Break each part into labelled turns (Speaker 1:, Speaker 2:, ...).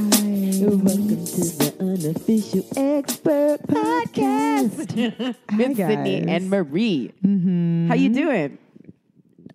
Speaker 1: You're welcome to the unofficial expert podcast. Mm-hmm.
Speaker 2: Hi,
Speaker 1: With Sydney
Speaker 2: guys.
Speaker 1: and Marie. How you doing?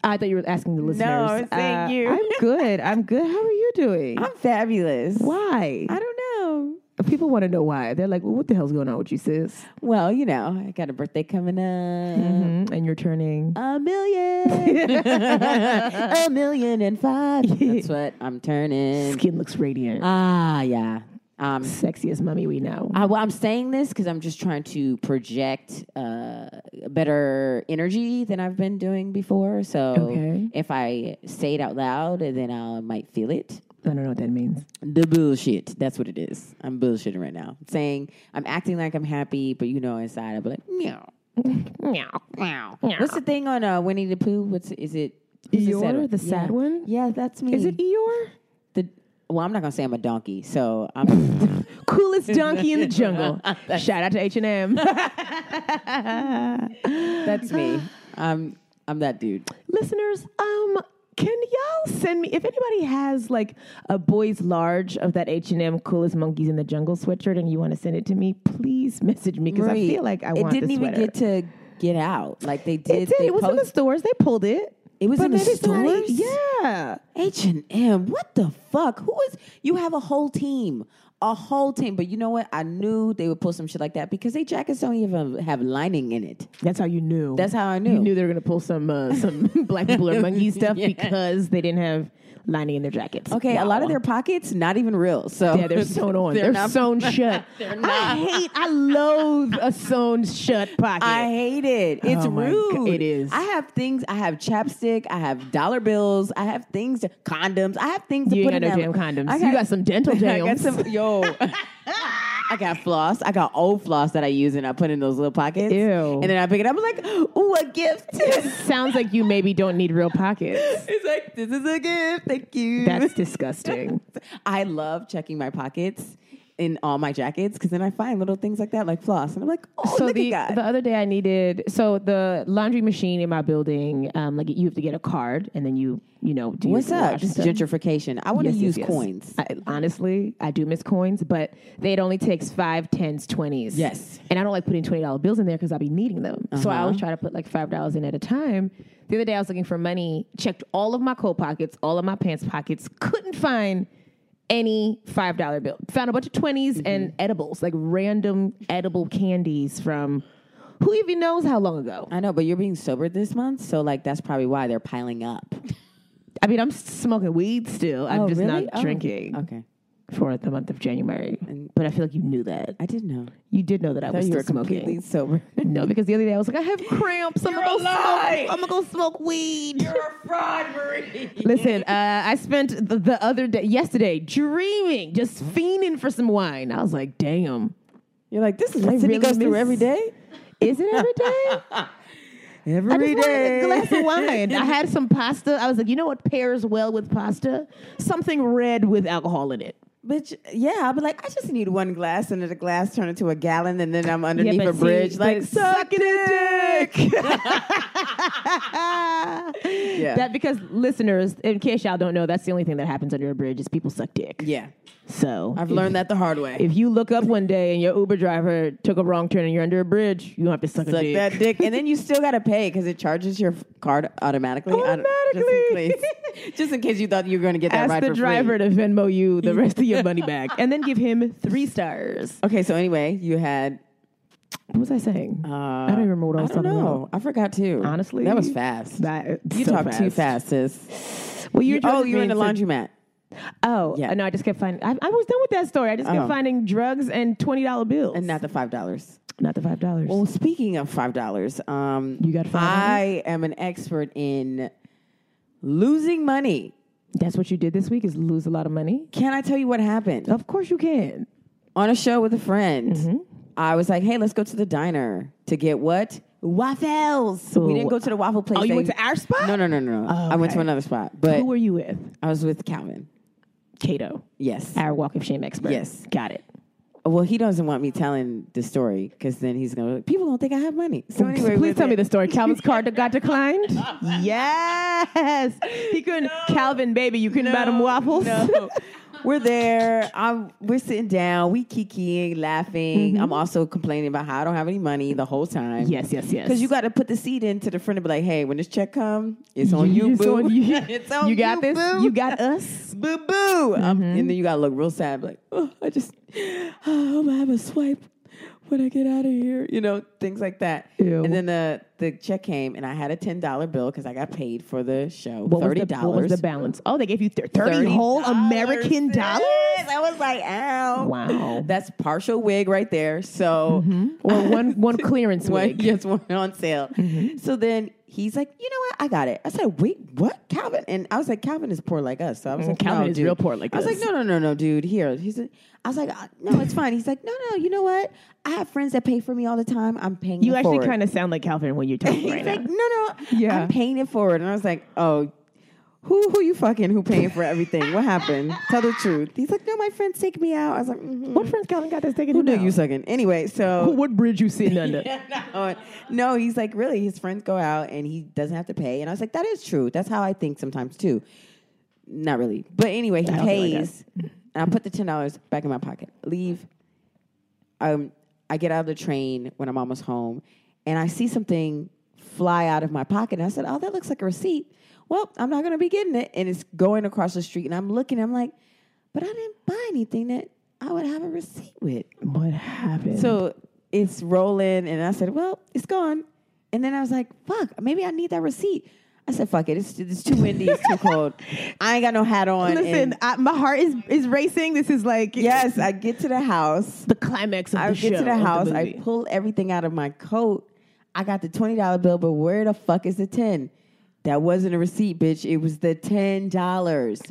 Speaker 2: I thought you were asking the listeners. Uh,
Speaker 1: I was saying you.
Speaker 2: I'm good. I'm good. How are you doing?
Speaker 1: I'm fabulous.
Speaker 2: why?
Speaker 1: I don't know.
Speaker 2: People want to know why. They're like, well, what the hell's going on with you, sis?
Speaker 1: Well, you know, I got a birthday coming up.
Speaker 2: Mhm. And you're turning.
Speaker 1: A million. a million and five. That's what I'm turning.
Speaker 2: Skin looks radiant.
Speaker 1: Ah, yeah. Um,
Speaker 2: Sexiest mummy we know.
Speaker 1: I, well, I'm saying this because I'm just trying to project uh, better energy than I've been doing before. So
Speaker 2: Okay.
Speaker 1: if I say it out loud, then I might feel it.
Speaker 2: I don't know what that means.
Speaker 1: The bullshit. That's what it is. I'm bullshitting right now. Saying I'm acting like I'm happy, but you know inside I'll be like meow
Speaker 2: Meow.
Speaker 1: meow.
Speaker 2: Meow.
Speaker 1: What's the thing on uh, Winnie the Pooh? What's is it? who's
Speaker 2: Eeyore, the sad
Speaker 1: yeah.
Speaker 2: one?
Speaker 1: Yeah, that's me.
Speaker 2: Is it Eeyore?
Speaker 1: The, well, I'm not gonna say I'm a donkey, so I'm.
Speaker 2: Coolest donkey in the jungle. Shout out to H&M.
Speaker 1: that's me. I'm. I'm that dude.
Speaker 2: listeners um can y'all send me if anybody has like a boys large of that h&m coolest monkeys in the jungle sweatshirt and you want to send it to me please message me because i
Speaker 1: Marie,
Speaker 2: feel like i
Speaker 1: it
Speaker 2: want
Speaker 1: didn't
Speaker 2: the
Speaker 1: even
Speaker 2: sweater.
Speaker 1: get to get out. Like they did.
Speaker 2: it did
Speaker 1: They
Speaker 2: it was in the
Speaker 1: post-
Speaker 2: stores they pulled it
Speaker 1: It was
Speaker 2: but
Speaker 1: in the
Speaker 2: maybe somebody-
Speaker 1: stores?
Speaker 2: yeah
Speaker 1: H and M. What the fuck? Who is? You have a whole team, a whole team. But you know what? I knew they would pull some shit like that because they jackets don't even have lining in it.
Speaker 2: that's how you knew
Speaker 1: That's how I
Speaker 2: you
Speaker 1: knew.
Speaker 2: knew they were going to pull some uh, some black people or monkey stuff because they didn't have lining in their jackets
Speaker 1: Okay, a lot of
Speaker 2: Wow.
Speaker 1: their pockets not even real. So
Speaker 2: Yeah, they're sewn on. They're,
Speaker 1: not-
Speaker 2: sewn shut. I hate, I loathe a sewn shut pocket.
Speaker 1: I hate it. It's
Speaker 2: Oh my
Speaker 1: rude.
Speaker 2: God, it is.
Speaker 1: I have things. I have chapstick. I have dollar bills. I have things. To, condoms. I have things. to
Speaker 2: You
Speaker 1: put
Speaker 2: ain't got no
Speaker 1: in
Speaker 2: damn
Speaker 1: them.
Speaker 2: condoms.
Speaker 1: I
Speaker 2: you got some dental
Speaker 1: I
Speaker 2: jams.
Speaker 1: got some. Yo. I got floss. I got old floss that I use and I put in those little pockets.
Speaker 2: Ew.
Speaker 1: And then I pick it up. I'm like, ooh, a gift.
Speaker 2: Sounds like you maybe don't need real pockets.
Speaker 1: it's like, this is a gift. Thank you.
Speaker 2: That's
Speaker 1: Oh,
Speaker 2: disgusting.
Speaker 1: I love checking my pockets in all my jackets because then I find little things like that, like floss. And I'm like, oh,
Speaker 2: so
Speaker 1: look
Speaker 2: the,
Speaker 1: at
Speaker 2: the
Speaker 1: God.
Speaker 2: other day I needed so the laundry machine in my building, um, like you have to get a card and then you you know do
Speaker 1: What's
Speaker 2: your
Speaker 1: up?
Speaker 2: wash
Speaker 1: Just
Speaker 2: stuff.
Speaker 1: gentrification. I want to
Speaker 2: Yes, yes,
Speaker 1: use
Speaker 2: yes.
Speaker 1: coins.
Speaker 2: I, honestly, I do miss coins, but it only takes five, tens, twenties.
Speaker 1: Yes. Uh-huh.
Speaker 2: And I don't like putting twenty dollar bills in there because I'll be needing them. So I always try to put like five dollars in at a time. The other day I was looking for money, checked all of my coat pockets, all of my pants pockets, couldn't find any five dollar bill. Found a bunch of 20s
Speaker 1: Mm-hmm.
Speaker 2: and edibles, like random edible candies from who even knows how long ago.
Speaker 1: I know, but you're being sobered this month, so like that's probably why they're piling up.
Speaker 2: I mean, I'm smoking weed still. I'm
Speaker 1: Oh,
Speaker 2: just
Speaker 1: really?
Speaker 2: not
Speaker 1: Oh,
Speaker 2: drinking
Speaker 1: Okay,
Speaker 2: for the month of January. But I feel like you knew that.
Speaker 1: I didn't know.
Speaker 2: You did know that I,
Speaker 1: Oh,
Speaker 2: was
Speaker 1: you
Speaker 2: still
Speaker 1: were completely
Speaker 2: smoking.
Speaker 1: sober.
Speaker 2: No, because the other day I was like, I have cramps. I'm
Speaker 1: You're
Speaker 2: gonna go
Speaker 1: a lie.
Speaker 2: smoke. I'm gonna go smoke weed.
Speaker 1: You're a fraud, Marie.
Speaker 2: Listen, uh, I spent the, the other day, yesterday, dreaming, just fiending for some wine. I was like, damn,
Speaker 1: You're like, this is what
Speaker 2: I
Speaker 1: Sydney
Speaker 2: really
Speaker 1: goes through
Speaker 2: miss-
Speaker 1: every day.
Speaker 2: is it every day? I
Speaker 1: Every
Speaker 2: just wanted
Speaker 1: day.
Speaker 2: a glass of wine. I had some pasta. I was like, you know what pairs well with pasta? Something red with alcohol in it.
Speaker 1: Bitch, yeah, I'll be like, I just need one glass, and then the glass turned into a gallon, and then I'm underneath
Speaker 2: but
Speaker 1: a bridge,
Speaker 2: see,
Speaker 1: like
Speaker 2: but
Speaker 1: sucking a dick. yeah.
Speaker 2: That because listeners, in case y'all don't know, that's the only thing that happens under a bridge is people suck dick.
Speaker 1: yeah,
Speaker 2: So
Speaker 1: I've
Speaker 2: if-
Speaker 1: learned that the hard way.
Speaker 2: If you look up one day and your Uber driver took a wrong turn and you're under a bridge, you don't have to suck, a
Speaker 1: Suck
Speaker 2: dick.
Speaker 1: that dick, and then you still gotta pay because it charges your f- card automatically. I don't-
Speaker 2: Automatically.
Speaker 1: just, in case, just in case you thought you were gonna get that
Speaker 2: Ask
Speaker 1: ride
Speaker 2: the
Speaker 1: for
Speaker 2: driver
Speaker 1: free.
Speaker 2: to Venmo you the rest of your money back, and then give him three stars.
Speaker 1: Okay, so anyway, you had.
Speaker 2: What was I saying?
Speaker 1: Uh,
Speaker 2: I don't even remember what I was
Speaker 1: don't
Speaker 2: talking
Speaker 1: know.
Speaker 2: about.
Speaker 1: I forgot too.
Speaker 2: Honestly,
Speaker 1: that was fast.
Speaker 2: That
Speaker 1: you
Speaker 2: so
Speaker 1: talk too fast, sis.
Speaker 2: Well, you're
Speaker 1: oh,
Speaker 2: drugs
Speaker 1: you're in the
Speaker 2: being so-
Speaker 1: laundromat.
Speaker 2: Oh,
Speaker 1: Yeah.
Speaker 2: yeah. No, I just kept finding. I, I was done with that story. I just kept
Speaker 1: Oh.
Speaker 2: finding drugs and twenty dollar bills,
Speaker 1: And not the five dollars.
Speaker 2: not the five dollars.
Speaker 1: Well, speaking of five dollars, um,
Speaker 2: You got $5?
Speaker 1: I am an expert in losing money.
Speaker 2: That's what you did this week is lose a lot of money.
Speaker 1: Can I tell you what happened?
Speaker 2: Of course you can.
Speaker 1: on a show with a friend. I was like, hey, let's go to the diner to get what? Waffles. We
Speaker 2: Ooh.
Speaker 1: didn't go to the waffle place.
Speaker 2: Oh, you
Speaker 1: They-
Speaker 2: went to our spot?
Speaker 1: No, no, no, no. no.
Speaker 2: Oh,
Speaker 1: I went to
Speaker 2: okay.
Speaker 1: another spot, but
Speaker 2: Who were you with?
Speaker 1: I was with Calvin.
Speaker 2: Cato,
Speaker 1: Yes.
Speaker 2: our walk of shame expert.
Speaker 1: Yes.
Speaker 2: got it.
Speaker 1: Well, he doesn't want me telling the story because then he's going to, people don't think I have money. So anyway, we
Speaker 2: Please
Speaker 1: went
Speaker 2: tell me
Speaker 1: there.
Speaker 2: the story. Calvin's card got declined. yes, he couldn't. Calvin, baby, you couldn't buy them waffles.
Speaker 1: No. we're there. I'm, we're sitting down. We kikiing, laughing. I'm also complaining about how I don't have any money the whole time.
Speaker 2: Mm-hmm. Yes, yes, yes.
Speaker 1: Because you got to put the seed into the friend and be like, hey, when this check come, it's on you,
Speaker 2: It's
Speaker 1: boo.
Speaker 2: on you.
Speaker 1: it's on you.
Speaker 2: you got this.
Speaker 1: boo.
Speaker 2: You got us.
Speaker 1: boo boo. Um,
Speaker 2: Mm-hmm.
Speaker 1: and then you gotta look real sad, like, oh, I just, I hope I have a swipe when I get out of here, you know, things like that.
Speaker 2: Ew.
Speaker 1: And then the the check came, and I had a ten dollar bill because I got paid for the show,
Speaker 2: What was
Speaker 1: thirty
Speaker 2: the- What was
Speaker 1: dollars.
Speaker 2: the balance? Oh, they gave you thir- thirty whole American dollars.
Speaker 1: I was like, ow,
Speaker 2: Wow. Mm-hmm.
Speaker 1: that's partial wig right there. So.
Speaker 2: Or one one clearance
Speaker 1: One-
Speaker 2: wig. Mm-hmm.
Speaker 1: yes, one on sale. So then he's like, you know what? I got it. I said, wait, what? Calvin? And I was like, Calvin is poor like us. So I was like,
Speaker 2: Mm, Calvin
Speaker 1: no,
Speaker 2: is
Speaker 1: dude.
Speaker 2: real poor like
Speaker 1: I was
Speaker 2: us.
Speaker 1: like, no, no, no, no, dude. Here. He's. A, I was like, uh, no, it's fine. He's like, no, no. You know what? I have friends that pay for me all the time. I'm paying.
Speaker 2: You
Speaker 1: it
Speaker 2: actually
Speaker 1: forward."
Speaker 2: kind of sound like Calvin when you're talking
Speaker 1: He's
Speaker 2: right
Speaker 1: like,
Speaker 2: now.
Speaker 1: no, no.
Speaker 2: Yeah.
Speaker 1: I'm paying it forward. And I was like, oh. Who who you fucking who paying for everything? What happened? Tell the truth. He's like, no, my friends take me out. I was like, mhm.
Speaker 2: What friends Calvin got this taken?
Speaker 1: who knew you sucking? Anyway, so
Speaker 2: What bridge you sitting under?
Speaker 1: no, no, he's like, really, his friends go out and he doesn't have to pay. And I was like, that is true. That's how I think sometimes too. Not really. But anyway, he
Speaker 2: I don't think like
Speaker 1: pays. and I put the $10 back in my pocket. Leave. Um, I get out of the train when I'm almost home and I see something fly out of my pocket. And I said, oh, that looks like a receipt. Well, I'm not going to be getting it. And it's going across the street. And I'm looking, I'm like, but I didn't buy anything that I would have a receipt with.
Speaker 2: What happened?
Speaker 1: So it's rolling, and I said, "Well, it's gone." And then I was like, "Fuck, maybe I need that receipt." I said, "Fuck it, it's, it's too windy, it's too cold. I ain't got no hat on."
Speaker 2: listen,
Speaker 1: and-
Speaker 2: I, my heart is is racing. This is like
Speaker 1: yes, I get to the house.
Speaker 2: the climax of
Speaker 1: I
Speaker 2: the show.
Speaker 1: get to the
Speaker 2: of
Speaker 1: house. I
Speaker 2: movie.
Speaker 1: pull everything out of my coat. I got the twenty dollar bill, but where the fuck is the ten? That wasn't a receipt, bitch. It was the ten dollars.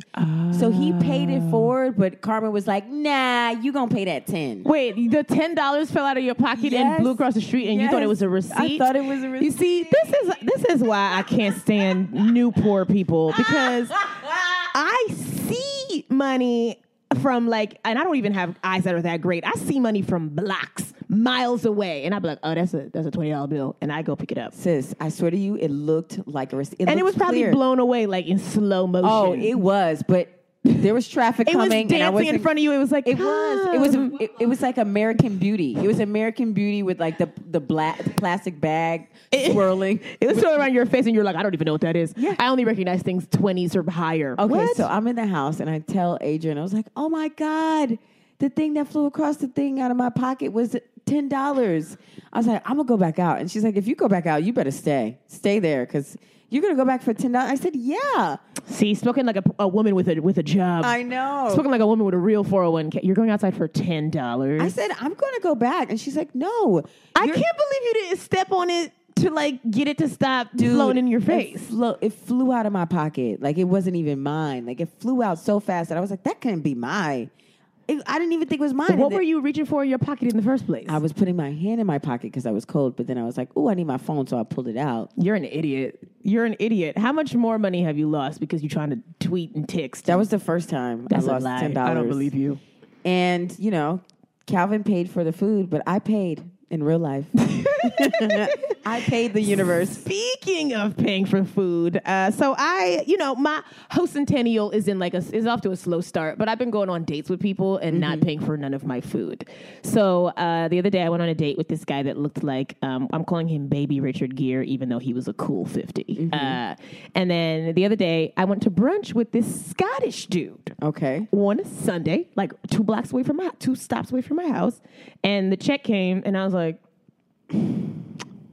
Speaker 1: So he paid
Speaker 2: Oh.
Speaker 1: it forward, but Carmen was like, "Nah, you gonna pay that ten.
Speaker 2: Wait, the ten dollars fell out of your pocket and
Speaker 1: Yes.
Speaker 2: blew across the street, and you thought it was
Speaker 1: Yes.
Speaker 2: a
Speaker 1: I
Speaker 2: receipt.
Speaker 1: thought it was a
Speaker 2: You see, this is this is why I can't stand new poor people because I see money from like, and I don't even have eyes that are that great. I see money from blocks, miles away, and I be like, oh, that's a that's a twenty dollar bill, and I go pick it up,
Speaker 1: Sis, I swear to you, it looked like a receipt.
Speaker 2: and it
Speaker 1: looked
Speaker 2: was probably
Speaker 1: clear.
Speaker 2: blown away like in slow motion.
Speaker 1: Oh, it was, but there was traffic
Speaker 2: It was
Speaker 1: coming.
Speaker 2: dancing
Speaker 1: and I
Speaker 2: in
Speaker 1: wasn't-
Speaker 2: front of you. It was like "Ah."
Speaker 1: It was. It was. a- It, it was like American Beauty. It was American Beauty with like the the black plastic bag swirling.
Speaker 2: It was thrown around your face, and you're like, I don't even know what that is.
Speaker 1: Yeah.
Speaker 2: I only recognize things 20s or higher.
Speaker 1: Okay,
Speaker 2: What?
Speaker 1: so I'm in the house and I tell Adrian, I was like, oh my God, the thing that flew across the thing out of my pocket was $10. I was like, I'm going to go back out. And she's like, if you go back out, you better stay. Stay there because you're going to go back for $10. I said, yeah.
Speaker 2: see, spoken like a, a woman with a with a job.
Speaker 1: I know.
Speaker 2: Spoken like a woman with a real 401k. You're going outside for ten dollars.
Speaker 1: I said, I'm going to go back. And she's like, no.
Speaker 2: I
Speaker 1: you're-
Speaker 2: can't believe you didn't step on it to like get it to stop
Speaker 1: Dude,
Speaker 2: floating in your
Speaker 1: It,
Speaker 2: face.
Speaker 1: flo- it flew out of my pocket. Like, it wasn't even mine. Like, it flew out so fast that I was like, that couldn't be mine. It, I didn't even think it was mine.
Speaker 2: What
Speaker 1: And
Speaker 2: were
Speaker 1: then-
Speaker 2: you reaching for in your pocket in the first place?
Speaker 1: I was putting my hand in my pocket because I was cold, but then I was like, "Ooh, I need my phone," so I pulled it out.
Speaker 2: You're an idiot. You're an idiot. How much more money have you lost because you're trying to tweet and text?
Speaker 1: That was the first time
Speaker 2: That's
Speaker 1: I lost
Speaker 2: a lie.
Speaker 1: ten dollars.
Speaker 2: I don't believe you.
Speaker 1: And you know, Calvin paid for the food, but I paid in real life. I paid the universe.
Speaker 2: Speaking of paying for food, uh, so I, you know, my host centennial is in like a is off to a slow start, but I've been going on dates with people and not paying for none of my food. So uh, the other day, I went on a date with this guy that looked like um, I'm calling him Baby Richard Gere, even though he was a cool 50 Uh, and then the other day, I went to brunch with this Scottish dude
Speaker 1: Okay.
Speaker 2: on a Sunday, like two blocks away from my two stops away from my house, and the check came, and I was like,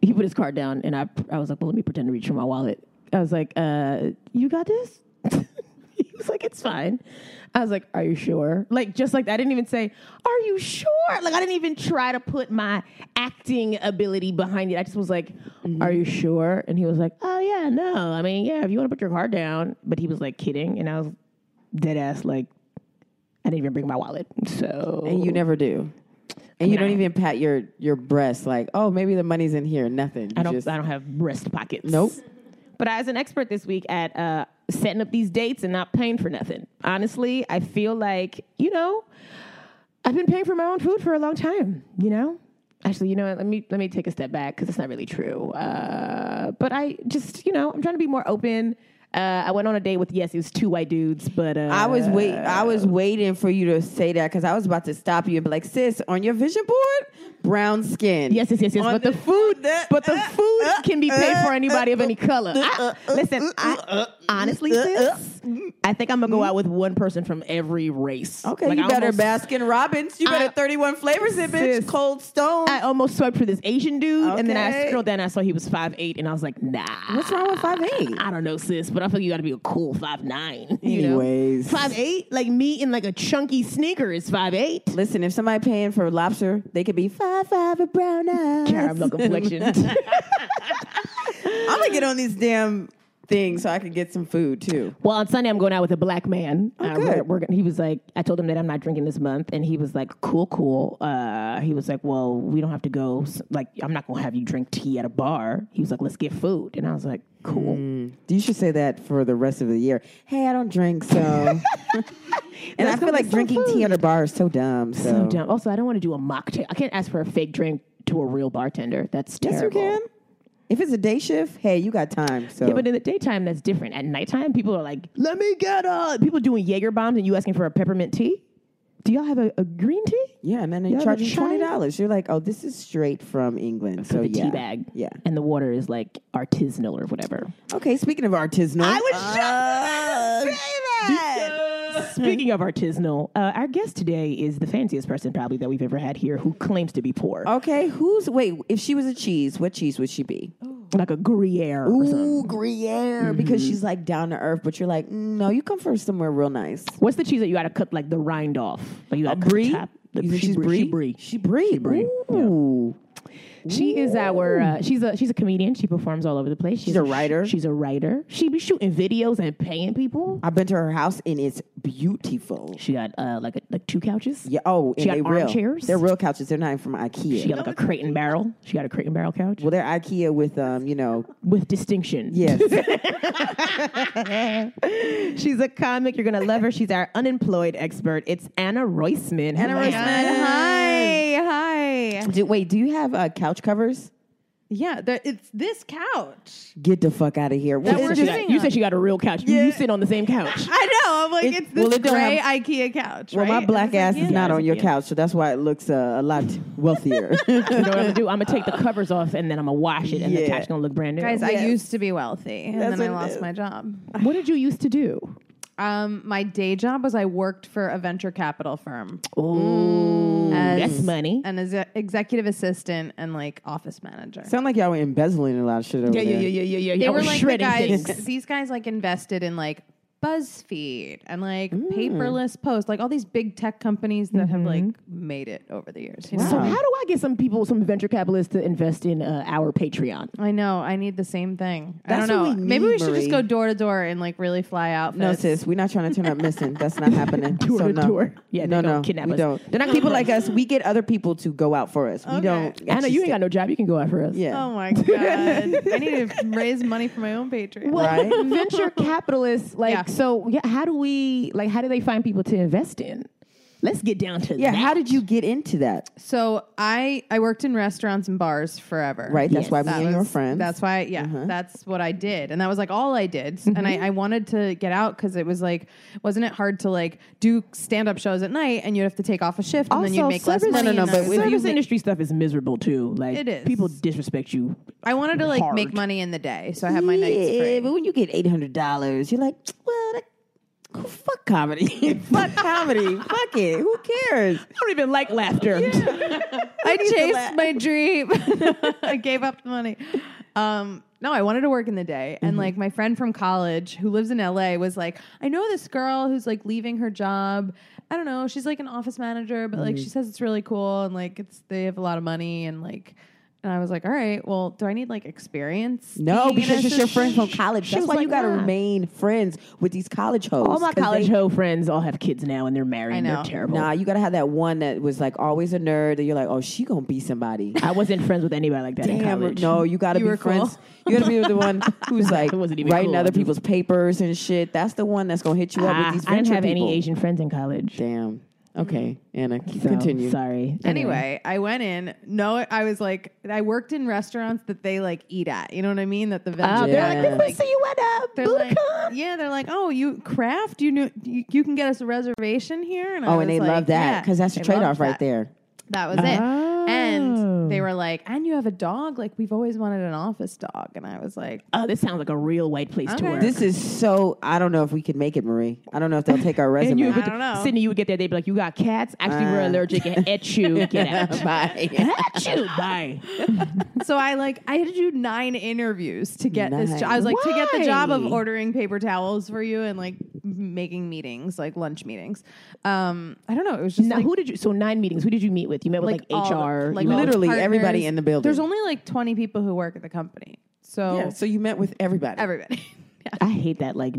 Speaker 2: he put his card down, and I I was like, well, let me pretend to reach for my wallet. I was like, uh, you got this? he was like, it's fine. I was like, are you sure? Like just like that. I didn't even say, are you sure? Like I didn't even try to put my acting ability behind it. I just was like, are you sure? And he was like, oh yeah, no. I mean, yeah, if you want to put your card down, but he was like kidding, and I was dead ass like I didn't even bring my wallet. So
Speaker 1: And you never do. And you
Speaker 2: mean,
Speaker 1: don't
Speaker 2: I-
Speaker 1: even pat your your breast like, "Oh, maybe the money's in here." Nothing. You
Speaker 2: I don't
Speaker 1: just-
Speaker 2: I don't have breast pockets.
Speaker 1: Nope.
Speaker 2: But I was an expert this week at uh, setting up these dates and not paying for nothing. Honestly, I feel like, you know, I've been paying for my own food for a long time, you know? Actually, you know what? Let me let me take a step back because it's not really true. Uh, but I just, you know, I'm trying to be more open. Uh, I went on a date with yes, it was two white dudes, but uh,
Speaker 1: I was wait. I was waiting for you to say that because I was about to stop you and be like, "Sis, on your vision board, brown skin."
Speaker 2: Yes, yes, yes, yes.
Speaker 1: On
Speaker 2: But the food,
Speaker 1: that-
Speaker 2: but the
Speaker 1: uh,
Speaker 2: food
Speaker 1: uh,
Speaker 2: can be paid
Speaker 1: uh,
Speaker 2: for anybody of
Speaker 1: uh,
Speaker 2: any color. I, listen, I, honestly, sis, I think I'm gonna go out with one person from every race.
Speaker 1: Okay,
Speaker 2: Like,
Speaker 1: you
Speaker 2: I
Speaker 1: better
Speaker 2: almost-
Speaker 1: Baskin Robbins. You better
Speaker 2: I-
Speaker 1: 31 flavors it, bitch.
Speaker 2: Sis.
Speaker 1: Cold Stone.
Speaker 2: I almost swiped for this Asian dude, and then I
Speaker 1: Okay.
Speaker 2: scrolled down, and I saw he was five eight, and I was like, nah.
Speaker 1: What's wrong with 5'8?
Speaker 2: I don't know, sis, but I feel you got to be a cool five nine.
Speaker 1: Anyways.
Speaker 2: five eight, like me in like a chunky sneaker is five eight.
Speaker 1: Listen, if somebody paying for lobster, they could be five five and brown eyes.
Speaker 2: Caramel complexion.
Speaker 1: I'm gonna get on these damn things so I can get some food too.
Speaker 2: Well, on Sunday, I'm going out with a black man. Uh,
Speaker 1: Oh, good.
Speaker 2: we're- we're gonna- he was like, I told him that I'm not drinking this month, and he was like, cool, cool. Uh, he was like, well, we don't have to go. s- Like, I'm not going to have you drink tea at a bar. He was like, let's get food. And I was like, cool.
Speaker 1: You should say that for the rest of the year. Hey, I don't drink, so. and I
Speaker 2: Let's go
Speaker 1: feel
Speaker 2: get
Speaker 1: like
Speaker 2: some
Speaker 1: drinking tea
Speaker 2: food.
Speaker 1: at a bar is so dumb. So,
Speaker 2: So dumb. Also, I don't want to do a mocktail. I can't ask for a fake drink to a real bartender. That's
Speaker 1: yes,
Speaker 2: terrible.
Speaker 1: you can. If it's a day shift, hey, you got time. So
Speaker 2: Yeah, but in the daytime, that's different. At nighttime, people are like, let me get a. People doing Jaeger bombs, and you asking for a peppermint tea? Do y'all have a, a green tea?
Speaker 1: yeah, and then they
Speaker 2: have a
Speaker 1: charge you
Speaker 2: chai?
Speaker 1: twenty dollars. You're like, oh, this is straight from England. So
Speaker 2: the
Speaker 1: Oh, yeah,
Speaker 2: tea bag.
Speaker 1: Yeah.
Speaker 2: And the water is like artisanal or whatever.
Speaker 1: Okay. Speaking of artisanal, Uh,
Speaker 2: I was shocked Speaking of artisanal, uh, our guest today is the fanciest person probably that we've ever had here who claims to be poor.
Speaker 1: Okay, who's wait? If she was a cheese, what cheese would she be?
Speaker 2: Like a Gruyere or something. Mm-hmm.
Speaker 1: Ooh, Gruyere, because she's like down to earth. But you're like, mm, no, you come from somewhere real nice.
Speaker 2: What's the cheese that you gotta cut like the rind off? Like you gotta cut
Speaker 1: Brie?
Speaker 2: the top. The-
Speaker 1: You think
Speaker 2: she
Speaker 1: she's
Speaker 2: Brie-
Speaker 1: Brie?
Speaker 2: She Brie.
Speaker 1: She Brie.
Speaker 2: Brie, yeah.
Speaker 1: Ooh.
Speaker 2: She is our. Uh, she's a she's a comedian. She performs all over the place. She's,
Speaker 1: a writer.
Speaker 2: She's a writer. She be shooting videos and paying people.
Speaker 1: I've been to her house and it's beautiful.
Speaker 2: She got uh, like a, like two couches.
Speaker 1: Yeah. Oh, and
Speaker 2: She got
Speaker 1: they real.
Speaker 2: armchairs?
Speaker 1: They're real couches. They're not even from IKEA.
Speaker 2: She got like a crate and barrel. She got a crate and barrel couch
Speaker 1: well, they're IKEA with um, you know,
Speaker 2: with distinction.
Speaker 1: yes.
Speaker 2: She's a comic. You're gonna love her. She's our unemployed expert. It's Anna Roisman.
Speaker 1: Anna
Speaker 2: Hello.
Speaker 3: Hi, hi.
Speaker 1: do, wait, do you have uh, couch covers?
Speaker 3: Yeah, there, it's this couch.
Speaker 1: Get the fuck out of here. Well,
Speaker 3: That
Speaker 1: it's
Speaker 3: we're
Speaker 2: She
Speaker 1: just-
Speaker 2: got-
Speaker 3: sitting
Speaker 2: you
Speaker 3: on.
Speaker 2: said she got a real couch. You- You, sit on the same couch.
Speaker 3: I know. I'm like,
Speaker 1: It-
Speaker 3: it's this
Speaker 1: well, it don't
Speaker 3: gray
Speaker 1: have-
Speaker 3: IKEA couch.
Speaker 1: well, my
Speaker 3: right?
Speaker 1: black
Speaker 3: And I
Speaker 1: ass
Speaker 3: was like,
Speaker 1: is
Speaker 3: yeah.
Speaker 1: not
Speaker 2: it's
Speaker 1: on
Speaker 2: at
Speaker 1: your
Speaker 2: the end.
Speaker 1: couch, so that's why it looks uh, a lot wealthier.
Speaker 2: You know what I'm gonna do? I'm gonna take the covers off and then I'm gonna wash it, and
Speaker 1: Yeah.
Speaker 2: the couch gonna look brand new.
Speaker 3: Guys,
Speaker 1: Yes.
Speaker 3: I used to be wealthy, and
Speaker 1: That's
Speaker 3: then I
Speaker 1: what it
Speaker 3: lost
Speaker 1: is.
Speaker 3: my job.
Speaker 2: what did you used to do?
Speaker 3: Um, my day job was I worked for a venture capital firm Mm.
Speaker 2: Oh,
Speaker 3: As-
Speaker 2: that's money.
Speaker 3: and as an executive assistant and like office manager. Oh,
Speaker 1: Sound like y'all were embezzling a lot of shit over there.
Speaker 2: yeah, yeah.
Speaker 3: they
Speaker 2: I
Speaker 3: were
Speaker 2: was
Speaker 3: like the
Speaker 2: shredding
Speaker 3: guys.
Speaker 2: things.
Speaker 3: These guys like invested in like BuzzFeed and like paperless post, like all these big tech companies that have like made it over the years. you know?
Speaker 1: Uh-huh.
Speaker 2: So how do I get some people, some venture capitalists, to invest in uh, our Patreon?
Speaker 3: I know. I need the same thing. I
Speaker 1: That's
Speaker 3: don't know.
Speaker 1: what we
Speaker 3: Maybe
Speaker 1: need,
Speaker 3: we should
Speaker 1: Marie.
Speaker 3: just go door to door and like really fly out.
Speaker 1: No, sis, we're not trying to turn up missing. That's not happening.
Speaker 2: Tour
Speaker 1: so
Speaker 2: to
Speaker 1: no.
Speaker 2: tour. Yeah, they
Speaker 1: no,
Speaker 2: don't
Speaker 1: no,
Speaker 2: kidnap
Speaker 1: we
Speaker 2: us.
Speaker 1: Don't. They're not people like us. We get other people to go out for us. We don't.
Speaker 2: Anna, you ain't got no job. You can go out for us.
Speaker 1: Yeah.
Speaker 3: Oh my god! I need to raise money for my own Patreon.
Speaker 2: Well,
Speaker 1: Right?
Speaker 2: venture capitalists, like,
Speaker 3: Yeah.
Speaker 2: so yeah, how do we, like, how do they find people to invest in? Let's get down to
Speaker 1: yeah.
Speaker 2: that.
Speaker 1: How did you get into that?
Speaker 3: So I I worked in restaurants and bars forever.
Speaker 1: Right. That's
Speaker 2: Yes.
Speaker 1: why
Speaker 3: That
Speaker 1: me and your
Speaker 3: was-
Speaker 1: friends. Uh-huh.
Speaker 3: That's why, yeah, that's what I did, and that was like all I did. And
Speaker 1: Mm-hmm.
Speaker 3: I, I wanted to get out because it was like, wasn't it hard to like do stand up shows at night, and you'd have to take off a shift, and then you'd
Speaker 1: Also,
Speaker 3: make less
Speaker 1: service-
Speaker 3: money.
Speaker 1: No, no, no,
Speaker 3: and
Speaker 1: but
Speaker 3: that was-
Speaker 1: if you
Speaker 2: Service industry stuff is miserable too. Like,
Speaker 3: It is.
Speaker 2: people disrespect you.
Speaker 3: I wanted to like
Speaker 2: Hard.
Speaker 3: make money in the day, so I had my nights
Speaker 1: yeah,
Speaker 3: free.
Speaker 1: but when you get eight hundred dollars, you're like, well, that, oh, fuck comedy, fuck comedy, fuck it. Who cares?
Speaker 2: I don't even like laughter.
Speaker 3: I
Speaker 1: needs to
Speaker 3: chased
Speaker 1: laugh?
Speaker 3: my dream. I gave up the money. Um, no, I wanted to work in the day. And like my friend from college who lives in LA was like, I know this girl who's like leaving her job. I don't know. She's like an office manager, but like she says it's really cool and like it's they have a lot of money and like and I was like, all right, well, do I need like experience?
Speaker 1: No,
Speaker 3: being an
Speaker 1: because it's your
Speaker 3: assistant?"
Speaker 1: friend from college.
Speaker 2: She
Speaker 1: That's
Speaker 2: was
Speaker 1: why you
Speaker 2: like,
Speaker 1: got to
Speaker 2: nah.
Speaker 1: remain friends with these college hoes.
Speaker 2: All my
Speaker 1: 'cause
Speaker 2: college
Speaker 1: they-
Speaker 2: hoe friends all have kids now and they're married.
Speaker 3: I
Speaker 2: and They're
Speaker 3: know.
Speaker 2: terrible.
Speaker 1: Nah, you got to have that one that was like always a nerd, and you're like, oh, she gonna be somebody.
Speaker 2: I wasn't friends with anybody like that in
Speaker 1: Damn,
Speaker 2: college.
Speaker 1: no, you gotta
Speaker 3: You
Speaker 1: be
Speaker 3: were cool.
Speaker 1: friends. You gotta be the one who's like
Speaker 2: It wasn't even
Speaker 1: writing
Speaker 2: cool.
Speaker 1: other people's papers and shit. That's the one that's gonna hit you up
Speaker 2: I,
Speaker 1: with these
Speaker 2: I didn't
Speaker 1: venture
Speaker 2: have
Speaker 1: people.
Speaker 2: any Asian friends in college.
Speaker 1: Damn. Okay, Anna,
Speaker 2: So,
Speaker 1: continue.
Speaker 2: Sorry.
Speaker 3: Anyway, I went in. No, I was like, I worked in restaurants that they like eat at. You know what I mean? That the
Speaker 2: Oh,
Speaker 3: vendors.
Speaker 2: they're like,
Speaker 1: Yeah.
Speaker 2: this is Silueta,
Speaker 3: They're like,
Speaker 2: uh, Budokan.
Speaker 3: yeah, they're like, oh, you craft, you know, you, you can get us a reservation here. And I
Speaker 1: Oh, and
Speaker 3: was
Speaker 1: they
Speaker 3: like,
Speaker 1: love that
Speaker 3: yeah.
Speaker 1: because that's the
Speaker 3: They
Speaker 1: trade
Speaker 3: loved
Speaker 1: off right
Speaker 3: that.
Speaker 1: there. Oh.
Speaker 3: That was it. And they were like, and you have a dog. Like we've always wanted an office dog, and I was like,
Speaker 2: Oh, this sounds like a real white place to
Speaker 3: Okay.
Speaker 2: work.
Speaker 1: This is so. I don't know if we could make it, Marie. I don't know if they'll take our
Speaker 2: and you
Speaker 1: resume.
Speaker 2: would get
Speaker 3: I don't
Speaker 2: to-
Speaker 3: know.
Speaker 2: Sydney, you would get there. They'd be like, "You got cats? Actually, we're
Speaker 1: Uh.
Speaker 2: allergic. and At you, get out.
Speaker 1: Bye.
Speaker 2: At you, bye."
Speaker 3: so I like I had to do nine interviews to get this.
Speaker 1: Nine.
Speaker 3: job. I was like to get the job of
Speaker 2: Why?
Speaker 3: ordering paper towels for you and like m- making meetings, like lunch meetings. Um, I don't know. It was just
Speaker 2: Now,
Speaker 3: like,
Speaker 2: who did you? So nine meetings. Who did you meet with? You met with like,
Speaker 3: all the-
Speaker 2: HR.
Speaker 3: like
Speaker 2: you met
Speaker 3: all the
Speaker 1: Literally everybody
Speaker 3: partners.
Speaker 1: in the building.
Speaker 3: There's only like 20 people who work at the company, so
Speaker 1: Yeah, Oh, so you met with everybody.
Speaker 3: everybody. yeah.
Speaker 2: I hate that like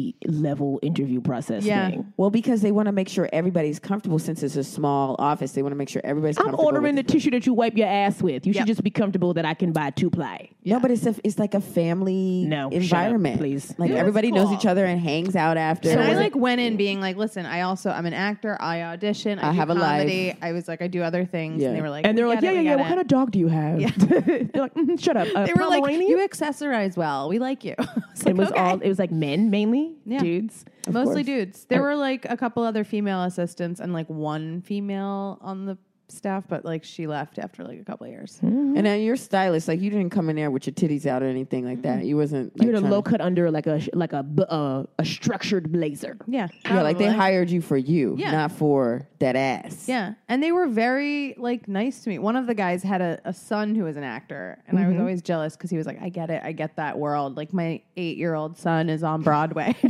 Speaker 2: multi-level interview process
Speaker 3: Yeah.
Speaker 2: thing.
Speaker 1: Well, because they want to make sure everybody's comfortable since it's a small office. They want to make sure everybody's
Speaker 2: I'm
Speaker 1: comfortable.
Speaker 2: ordering the
Speaker 1: with-
Speaker 2: tissue that you wipe your ass with. You
Speaker 3: Yep.
Speaker 2: should just be comfortable that I can buy two ply.
Speaker 1: No, but it's a, it's like a family
Speaker 2: No, shut up,
Speaker 1: environment.
Speaker 2: please.
Speaker 1: Like
Speaker 3: It was
Speaker 1: everybody knows
Speaker 3: cool.
Speaker 1: each other and hangs out after.
Speaker 3: And I
Speaker 1: Was it-
Speaker 3: like went in being like, listen, I also I'm an actor. I audition. I,
Speaker 1: I
Speaker 3: do
Speaker 1: have a
Speaker 3: comedy. I was like, I do other things.
Speaker 1: Yeah.
Speaker 3: And they were like,
Speaker 2: And they're
Speaker 3: "We
Speaker 2: like,
Speaker 3: get
Speaker 2: yeah,
Speaker 3: it,
Speaker 2: yeah,
Speaker 3: we
Speaker 2: yeah. What
Speaker 3: get it."
Speaker 2: kind of dog do you have? they're like, "Mm, shut up. Uh,
Speaker 3: They were like,
Speaker 2: Pomeranian?"
Speaker 3: you accessorize well. We like you. I was
Speaker 2: it
Speaker 3: like,
Speaker 2: was
Speaker 3: "Okay."
Speaker 2: all. It was like men mainly,
Speaker 3: Yeah.
Speaker 2: dudes.
Speaker 3: mostly
Speaker 1: course.
Speaker 3: dudes. There were like a couple other female assistants and like one female on the staff, but like she left after like a couple of years.
Speaker 2: Mm-hmm.
Speaker 1: and then your stylist, like you didn't come in there with your titties out or anything like that. You wasn't. Like,
Speaker 2: Mm-hmm. You had a
Speaker 1: trying to-
Speaker 2: low cut under like a sh- like a bu- uh, a structured blazer.
Speaker 3: Yeah,
Speaker 1: Yeah, like they
Speaker 3: probably.
Speaker 1: hired you for you,
Speaker 3: Yeah.
Speaker 1: not for that ass.
Speaker 3: Yeah, and they were very like nice to me. One of the guys had a, a son who was an actor, and
Speaker 1: Mm-hmm.
Speaker 3: I was always jealous because he was like, "I get it, I get that world." Like my eight year old son is on Broadway.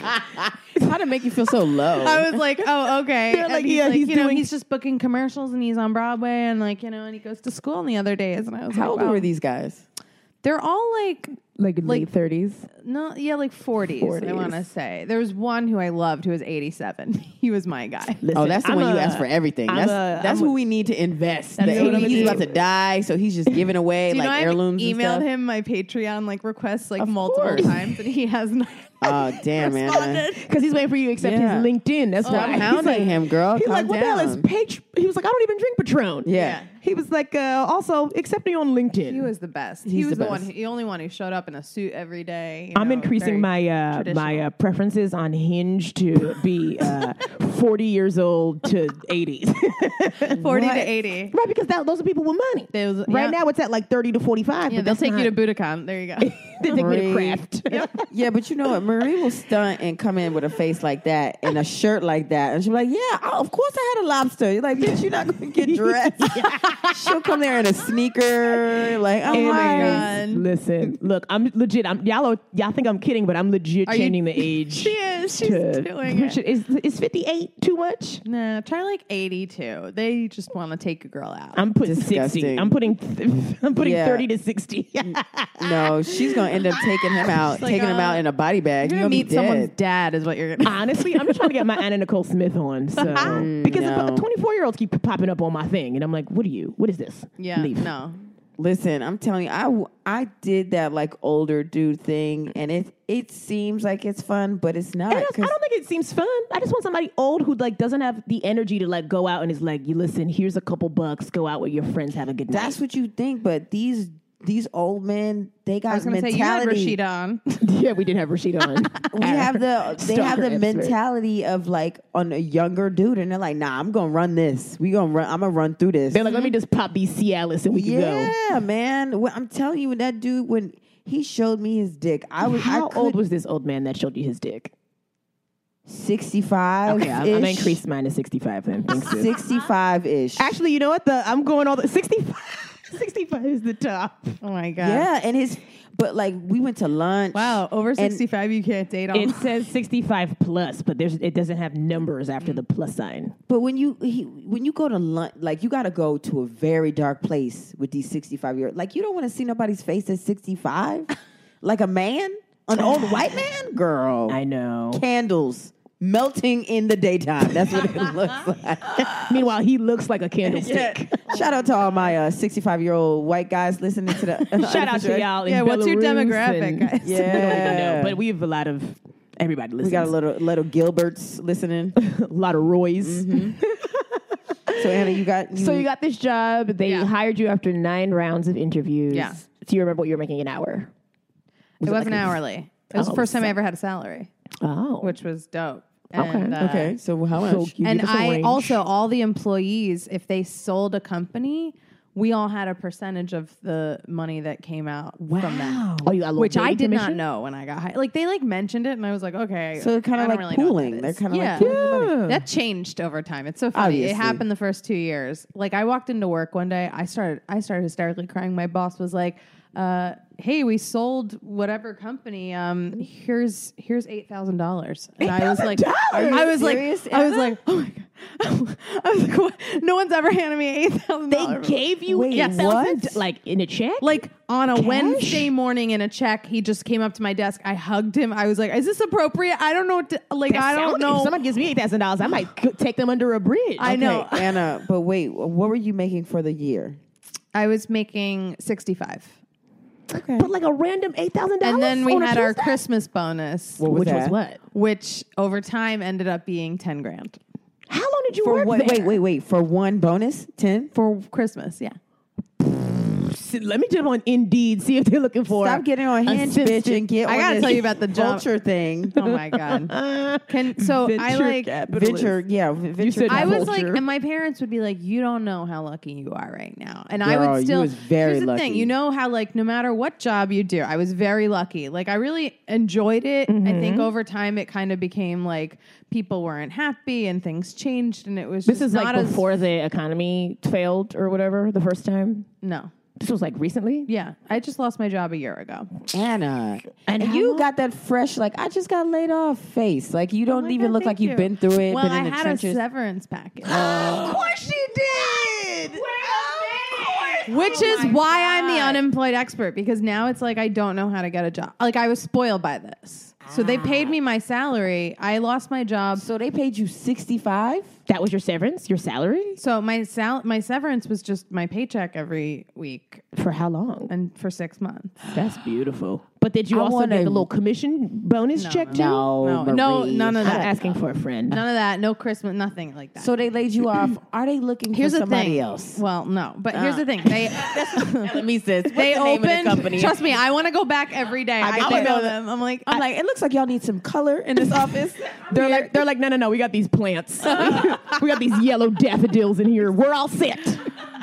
Speaker 1: How to make you feel so low?
Speaker 3: I was like, "Oh, okay."
Speaker 2: They're
Speaker 3: And
Speaker 2: like, "Yeah, he's
Speaker 3: you know,
Speaker 2: doing-
Speaker 3: he's just booking commercials and he's on Broadway and like you know, and he goes to school on the other days. And I was
Speaker 1: How old
Speaker 3: like, wow.
Speaker 1: were these guys?
Speaker 3: They're all like
Speaker 2: Like, late thirties.
Speaker 3: No, yeah, like 40s, I
Speaker 1: 40s.
Speaker 3: want to say. There was one who I loved who was 87. he was my guy.
Speaker 1: oh, that's the one you asked for everything.
Speaker 2: I'm
Speaker 1: that's
Speaker 2: a-
Speaker 1: that's
Speaker 2: I'm
Speaker 1: who we need to invest.
Speaker 3: That's
Speaker 1: The
Speaker 3: what I'm
Speaker 1: 80s, he's
Speaker 3: gonna
Speaker 1: about to die, so he's just giving away
Speaker 3: Do you
Speaker 1: like
Speaker 3: know I've
Speaker 1: heirlooms. and
Speaker 3: emailed
Speaker 1: stuff.
Speaker 3: him my Patreon like requests like
Speaker 1: Of
Speaker 3: multiple
Speaker 1: course.
Speaker 3: times and he has not
Speaker 1: Oh damn, Anna.
Speaker 3: responded.
Speaker 2: Because he's waiting for you to accept
Speaker 1: Yeah. Oh,
Speaker 2: his LinkedIn. That's why
Speaker 1: I'm
Speaker 2: He's
Speaker 1: hounding
Speaker 2: like-
Speaker 1: him, girl.
Speaker 2: He's
Speaker 1: Calm
Speaker 2: like, what the hell is
Speaker 1: down."
Speaker 2: Patron? He was like, I don't even drink Patron.
Speaker 1: Yeah.
Speaker 2: He was like, uh, also accept me on LinkedIn.
Speaker 3: He was the best. he
Speaker 1: He's
Speaker 3: was
Speaker 1: the
Speaker 3: the, one,
Speaker 1: best.
Speaker 3: who- the only one who showed up in a suit every day. you
Speaker 2: I'm
Speaker 3: know, very-
Speaker 2: increasing my uh, my
Speaker 3: traditional.
Speaker 2: uh, preferences on Hinge to be uh, 40 years old to 80.
Speaker 3: 40 to 80.
Speaker 2: right, because that, those are people with money.
Speaker 3: Those-
Speaker 2: right
Speaker 3: yeah.
Speaker 2: now, it's at like 30 to 45.
Speaker 3: Yeah,
Speaker 2: but
Speaker 3: they'll
Speaker 2: that's
Speaker 3: take
Speaker 2: not-
Speaker 3: you to Budokan. There you go.
Speaker 2: they take me to
Speaker 1: Marie.
Speaker 2: craft.
Speaker 1: Yeah, but you know what? Marie will stunt and come in with a face like that and a shirt like that. And she'll be like, Yeah, oh, of course I had a lobster. You're like, Bitch, you're not going to get dressed. She'll come there in a sneaker. Like, oh
Speaker 2: It
Speaker 1: my God.
Speaker 3: my
Speaker 2: is.
Speaker 3: God.
Speaker 2: Listen, look, I'm legit. I'm y'all. Are, y'all think I'm kidding, but I'm legit
Speaker 3: you-
Speaker 2: changing the age.
Speaker 3: She is. She's
Speaker 2: to-
Speaker 3: doing it.
Speaker 2: Is is 58 too much?
Speaker 3: Nah, try like 82. They just want to take a girl out.
Speaker 2: I'm putting
Speaker 1: Disgusting.
Speaker 2: 60. I'm putting I'm putting
Speaker 1: Yeah.
Speaker 2: 30 to 60.
Speaker 1: No, she's going to end up taking him out,
Speaker 3: like,
Speaker 1: taking him
Speaker 3: uh,
Speaker 1: out in a body bag.
Speaker 3: You're
Speaker 1: You're going
Speaker 3: gonna
Speaker 1: to
Speaker 3: meet
Speaker 1: be dead.
Speaker 3: someone's dad, is what you're gonna.
Speaker 2: Honestly, I'm just trying to get my Anna Nicole Smith on. So
Speaker 1: Ah.
Speaker 2: because
Speaker 1: no.
Speaker 2: 24 year olds keep popping up on my thing, and I'm like, what are you? What is this?
Speaker 3: yeah,
Speaker 2: Leave.
Speaker 3: no.
Speaker 1: Listen, I'm telling you, I, w- I did that like older dude thing, and it it seems like it's fun, but it's not.
Speaker 2: And I, was- I
Speaker 1: 'cause-
Speaker 2: don't think it seems fun. I just want somebody old who like doesn't have the energy to like go out and is like, you listen, here's a couple bucks, go out with your friends, have a good night.
Speaker 1: That's what you think, but these these old men, they got
Speaker 3: I was gonna
Speaker 1: mentality.
Speaker 3: say you had Rashida on.
Speaker 2: yeah, we did have Rashida on.
Speaker 1: We have the they have the
Speaker 2: Stalker expert.
Speaker 1: mentality of like on a younger dude, and they're like, "Nah, I'm gonna run this. We gonna run. I'm gonna run through this." Mm-hmm.
Speaker 2: They're like, let me just pop these Cialis and we can go.
Speaker 1: yeah, man. When, I'm telling you, when that dude when he showed me his dick, I was
Speaker 2: How
Speaker 1: I
Speaker 2: old was this old man that showed you his dick?
Speaker 1: sixty five?
Speaker 2: Okay, I'm, I'm gonna increase mine to 65 then. Thanks, sis.
Speaker 1: sixty five ish.
Speaker 2: Actually, you know what? The I'm going all the 65. 65 is the top.
Speaker 3: Oh my god.
Speaker 1: Yeah, and his but like we went to lunch.
Speaker 3: Wow, over
Speaker 1: And-
Speaker 3: 65 you can't date on.
Speaker 2: It says 65 plus, but there's it doesn't have numbers after the plus sign.
Speaker 1: But when you he, when you go to lunch, like you got to go to a very dark place with these sixty five year. Like you don't want to see nobody's face at sixty five, like a man, an old white man, girl.
Speaker 2: I know.
Speaker 1: Candles melting in the daytime. That's what it looks like.
Speaker 2: Meanwhile, he looks like a candlestick.
Speaker 1: Shout out to all my sixty five year old white guys listening to the.
Speaker 2: Shout out to y'all. in
Speaker 3: Yeah, what's your
Speaker 2: Belarus
Speaker 3: demographic,
Speaker 2: and-
Speaker 3: guys?
Speaker 2: I don't even know,
Speaker 1: Yeah.
Speaker 2: but we have a lot of Everybody listens.
Speaker 1: We got a little little Gilberts listening.
Speaker 2: a lot of Roy's.
Speaker 1: so Anna, you got
Speaker 2: Mm-hmm. So you got this job. They
Speaker 3: Yeah.
Speaker 2: hired you after nine rounds of interviews.
Speaker 3: Yeah.
Speaker 2: Do you remember what you were making an hour?
Speaker 3: it
Speaker 2: like
Speaker 3: wasn't
Speaker 2: a-
Speaker 3: hourly. It was
Speaker 2: Oh,
Speaker 3: the first time
Speaker 2: so-
Speaker 3: I ever had a salary,
Speaker 2: Oh.
Speaker 3: which was dope.
Speaker 2: Okay,
Speaker 3: And, uh,
Speaker 1: okay. So how much?
Speaker 2: So you
Speaker 3: And
Speaker 2: give us a
Speaker 3: I
Speaker 2: range.
Speaker 3: also all the employees, if they sold a company, we all had a percentage of the money that came out from that.
Speaker 2: Oh, you got a little
Speaker 3: Which I
Speaker 2: baby
Speaker 3: did not
Speaker 2: commission?
Speaker 3: know when I got hired. Like they like mentioned it, and I was like, okay.
Speaker 1: So kind
Speaker 3: I
Speaker 1: of
Speaker 3: don't
Speaker 1: like
Speaker 3: really know what
Speaker 1: pooling.
Speaker 3: that
Speaker 1: They're
Speaker 3: is.
Speaker 1: kind of
Speaker 3: Yeah.
Speaker 1: like pooling the money.
Speaker 2: Yeah.
Speaker 3: That changed over time. It's so funny.
Speaker 1: Obviously.
Speaker 3: It happened the first two years. Like I walked into work one day. I started. I started hysterically crying. My boss was like, uh, "Hey, we sold whatever company. Um, here's here's eight thousand dollars." And I was like,
Speaker 1: Are you
Speaker 3: I was
Speaker 1: serious,
Speaker 3: like, I was like, oh my god. I was like, what? no one's ever handed me eight thousand
Speaker 2: They
Speaker 3: dollars.
Speaker 2: gave you
Speaker 1: Wait,
Speaker 2: eight thousand,
Speaker 1: what?
Speaker 2: like in a check?
Speaker 3: Like on a Wednesday morning in a check, he just came up to my desk. I hugged him. I was like, "Is this appropriate? I don't know. What to, like,
Speaker 2: That
Speaker 3: I don't
Speaker 2: sound-
Speaker 3: know.
Speaker 2: If someone gives me eight thousand dollars, I might c- take them under a bridge.
Speaker 3: I know.
Speaker 1: Okay, Anna, but wait, what were you making for the year?
Speaker 3: I was making sixty-five.
Speaker 1: Okay.
Speaker 2: But like a random eight thousand dollars.
Speaker 3: and then we had our Christmas bonus,
Speaker 1: What was
Speaker 2: which was
Speaker 1: that?
Speaker 2: what?
Speaker 3: which over time ended up being ten grand
Speaker 2: How long did you
Speaker 1: For
Speaker 2: work
Speaker 1: what?
Speaker 2: there?
Speaker 1: Wait, wait, wait. For one bonus, ten.
Speaker 3: for Christmas. Yeah,
Speaker 2: Sit- Let me jump on Indeed, see if they're looking for.
Speaker 1: Stop getting on Hinge,
Speaker 2: assistant-
Speaker 1: bitch, and get.
Speaker 3: I
Speaker 1: on
Speaker 3: gotta
Speaker 1: this
Speaker 3: tell you about the job-
Speaker 1: vulture thing.
Speaker 3: Oh my god! Can so I
Speaker 2: Venture
Speaker 3: like
Speaker 2: capitalist.
Speaker 1: Venture, yeah, v- venture.
Speaker 2: said
Speaker 3: I was
Speaker 2: Vulture.
Speaker 3: like, and my parents would be like, "You don't know how lucky you are right now." And I
Speaker 1: Girl,
Speaker 3: would
Speaker 1: you
Speaker 3: still.
Speaker 1: was very
Speaker 3: here's the thing,
Speaker 1: lucky.
Speaker 3: you know how like no matter what job you do, I was very lucky. Like I really enjoyed it. I
Speaker 1: Mm-hmm.
Speaker 3: think over time it kind of became like people weren't happy and things changed, and it was
Speaker 2: This
Speaker 3: just
Speaker 2: is
Speaker 3: not
Speaker 2: like
Speaker 3: as-
Speaker 2: before the economy failed or whatever the first time.
Speaker 3: no.
Speaker 2: This was like recently.
Speaker 3: Yeah, I just lost my job a year ago.
Speaker 1: Anna,
Speaker 2: And
Speaker 1: and,
Speaker 2: how
Speaker 1: you
Speaker 2: long-
Speaker 1: got that fresh, like I just got laid off face. Like you don't
Speaker 3: Oh my
Speaker 1: even
Speaker 3: God,
Speaker 1: look like
Speaker 3: thank
Speaker 1: you've
Speaker 3: you.
Speaker 1: been through it,
Speaker 3: Well,
Speaker 1: been in
Speaker 3: I
Speaker 1: the
Speaker 3: had
Speaker 1: trenches.
Speaker 3: a severance package,
Speaker 1: of course you did.
Speaker 3: which is why I'm the unemployed expert because now it's like I don't know how to get a job. Like I was spoiled by this, so they paid me my salary. I lost my job,
Speaker 1: So they paid you sixty five.
Speaker 2: That was your severance, your salary
Speaker 3: so my sal- my severance was just my paycheck every week
Speaker 2: for how long?
Speaker 3: and for six months.
Speaker 2: That's beautiful. But did you
Speaker 1: I
Speaker 2: also
Speaker 1: want
Speaker 2: get
Speaker 1: a-
Speaker 2: the little commission bonus check too?
Speaker 1: No,
Speaker 3: No, no,
Speaker 1: Marie.
Speaker 3: none of
Speaker 2: I'm
Speaker 3: that.
Speaker 2: asking for a friend.
Speaker 3: None of that. No Christmas. Nothing like that.
Speaker 1: So they laid you off. Are they looking
Speaker 3: here's
Speaker 1: for
Speaker 3: the
Speaker 1: somebody
Speaker 3: thing.
Speaker 1: else?
Speaker 3: Well, no, but here's the thing. They.
Speaker 1: Let me sis.
Speaker 3: They opened. Trust me, I want to go back every day. I,
Speaker 1: got
Speaker 3: don't
Speaker 1: that.
Speaker 3: know them. I'm like,
Speaker 1: I'm like, it looks like y'all need some color in this office.
Speaker 2: They're like, they're like, no, no, no. We got these plants. we got these yellow daffodils in here. We're all set.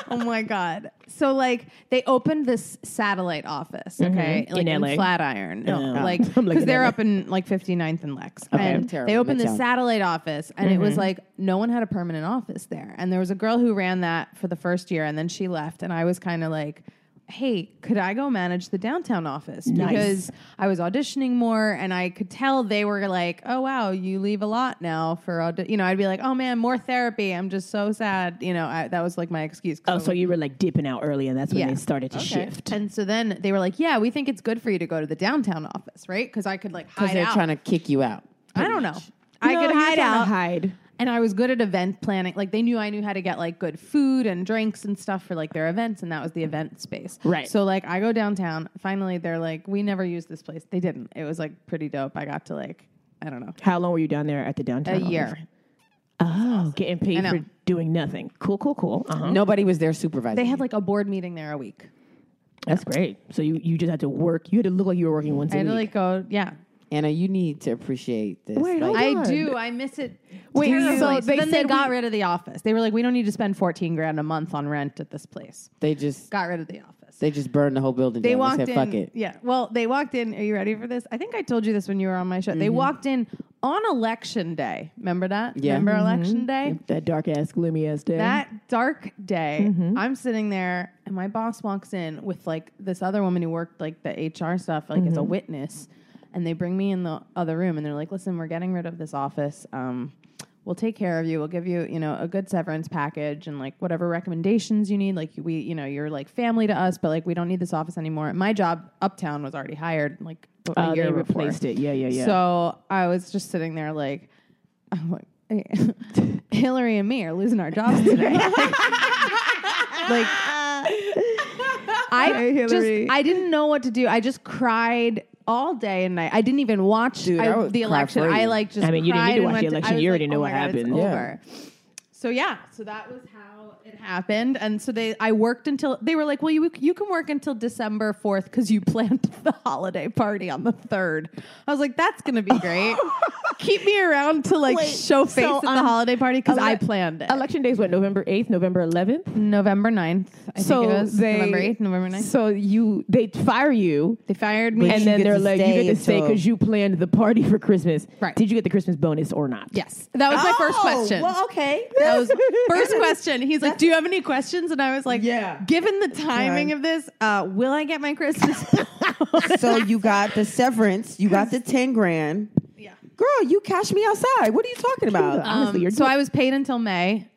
Speaker 3: oh my god. So like, they opened this satellite office, okay, like
Speaker 2: In LA.
Speaker 3: Flatiron, no,
Speaker 2: Oh.
Speaker 3: like
Speaker 2: I'm looking
Speaker 3: because they're
Speaker 2: at
Speaker 3: up in like 59th and Lex, and
Speaker 1: Terrible
Speaker 3: they opened this
Speaker 1: Midtown.
Speaker 3: satellite office, and it
Speaker 2: Mm-hmm.
Speaker 3: was like no one had a permanent office there, and there was a girl who ran that for the first year, and then she left, and I was kind of like. Hey, could I go manage the downtown office?
Speaker 2: Nice.
Speaker 3: Because I was auditioning more and I could tell they were like, oh, wow, you leave a lot now for, audi-. you know, I'd be like, oh man, more therapy. I'm just so sad. You know, I, that was like my excuse. 'cause I
Speaker 2: Oh,
Speaker 3: was
Speaker 2: so you were like dipping out early, and that's when
Speaker 3: Yeah.
Speaker 2: they started to shift.
Speaker 3: and so then they were like, "Yeah, we think it's good for you to go to the downtown office, right? Because I could like
Speaker 1: Because
Speaker 3: hide
Speaker 1: they're
Speaker 3: out.
Speaker 1: trying to kick you out.
Speaker 3: I don't know. I could hide out,
Speaker 2: Hide.
Speaker 3: and I was good at event planning. Like they knew I knew how to get like good food and drinks and stuff for like their events, and that was the event space.
Speaker 2: Right.
Speaker 3: So like I go downtown. Finally, they're like, "We never used this place. They didn't. It was like pretty dope. I got to like, I don't know,
Speaker 2: How long were you down there at the downtown?
Speaker 3: a
Speaker 2: office?
Speaker 3: year.
Speaker 2: Oh, getting
Speaker 3: I
Speaker 2: paid
Speaker 3: know.
Speaker 2: for doing nothing. Cool, cool, cool. Uh huh.
Speaker 1: Nobody was there supervising.
Speaker 3: They had like a board meeting there a week.
Speaker 2: That's great. So you, you just had to work. You had to look like you were working once a
Speaker 3: I had
Speaker 2: week.
Speaker 3: to like go. Yeah,
Speaker 1: Anna, you need to appreciate this.
Speaker 2: Wait,
Speaker 1: Like,
Speaker 2: hold
Speaker 3: I
Speaker 2: God.
Speaker 3: do. I miss it.
Speaker 2: Wait,
Speaker 3: terribly.
Speaker 2: so
Speaker 3: so
Speaker 2: they
Speaker 3: then they
Speaker 2: said
Speaker 3: got
Speaker 2: we-
Speaker 3: rid of the office. They were like, we don't need to spend fourteen grand a month on rent at this place.
Speaker 1: they just
Speaker 3: Got rid of the office.
Speaker 1: they just burned the whole building
Speaker 3: They
Speaker 1: down.
Speaker 3: walked
Speaker 1: they said,
Speaker 3: in.
Speaker 1: "Fuck it."
Speaker 3: Yeah. Well, they walked in. Are you ready for this? I think I told you this when you were on my show. They walked in on election day. Remember that?
Speaker 1: Mm-hmm. Yeah. Mm-hmm.
Speaker 3: Remember election day?
Speaker 2: that dark ass, gloomy ass day.
Speaker 3: That dark day, I'm sitting there and my boss walks in with like this other woman who worked like the HR stuff, like as a witness. And they bring me in the other room and they're like, listen, we're getting rid of this office. Um, we'll take care of you. We'll give you, you know, a good severance package and like whatever recommendations you need. Like we, you know, you're like family to us, but like we don't need this office anymore. My job uptown was already hired like a
Speaker 2: Uh,
Speaker 3: year
Speaker 2: they
Speaker 3: before.
Speaker 2: replaced it. Yeah, yeah, yeah.
Speaker 3: So I was just sitting there like, I'm like, hey, Hillary and me are losing our jobs today. like, I just
Speaker 2: Hillary.
Speaker 3: I didn't know what to do. I just cried all day and night. I didn't even watch
Speaker 1: Dude, I
Speaker 3: I,
Speaker 1: would
Speaker 3: the
Speaker 1: cry
Speaker 3: election.
Speaker 1: for you.
Speaker 3: I like just.
Speaker 2: I mean, you didn't need to
Speaker 3: cried and
Speaker 2: watch
Speaker 3: went
Speaker 2: the
Speaker 3: I
Speaker 2: election.
Speaker 3: was
Speaker 2: You
Speaker 3: like,
Speaker 2: already know
Speaker 3: "Oh
Speaker 2: what
Speaker 3: my God, it's
Speaker 2: happened."
Speaker 1: Yeah.
Speaker 3: over. So yeah, so that was how it happened, and so they I worked until they were like, well, you you can work until December fourth because you planned the holiday party on the third. I was like, that's gonna be great. Keep me around to like
Speaker 2: Wait,
Speaker 3: show face
Speaker 2: so
Speaker 3: at the
Speaker 2: on
Speaker 3: holiday party because I
Speaker 2: ele-
Speaker 3: planned it.
Speaker 2: Election days what November eighth, November eleventh.
Speaker 3: November 9th. I
Speaker 2: so
Speaker 3: think it was
Speaker 2: they
Speaker 3: November 8th, November 9th.
Speaker 2: So you they fire you.
Speaker 3: they fired me.
Speaker 2: and
Speaker 1: you
Speaker 2: then
Speaker 1: get
Speaker 2: they're
Speaker 1: to
Speaker 2: like, you
Speaker 1: stay
Speaker 2: get to stay
Speaker 1: until-
Speaker 2: because you planned the party for Christmas.
Speaker 3: Right.
Speaker 2: Did you get the Christmas bonus or not?
Speaker 3: yes. That was my first
Speaker 1: Oh,
Speaker 3: question.
Speaker 1: Well, okay.
Speaker 3: that was first question. He's like, "Do you have any questions?" And I was like,
Speaker 1: Yeah.
Speaker 3: Given the timing
Speaker 1: Right.
Speaker 3: of this, uh, will I get my Christmas?"
Speaker 1: so you got the severance, you got the ten grand.
Speaker 3: yeah.
Speaker 1: Girl, you cashed me outside. What are you talking about?
Speaker 2: Honestly, you're
Speaker 3: Um, so I was paid until May,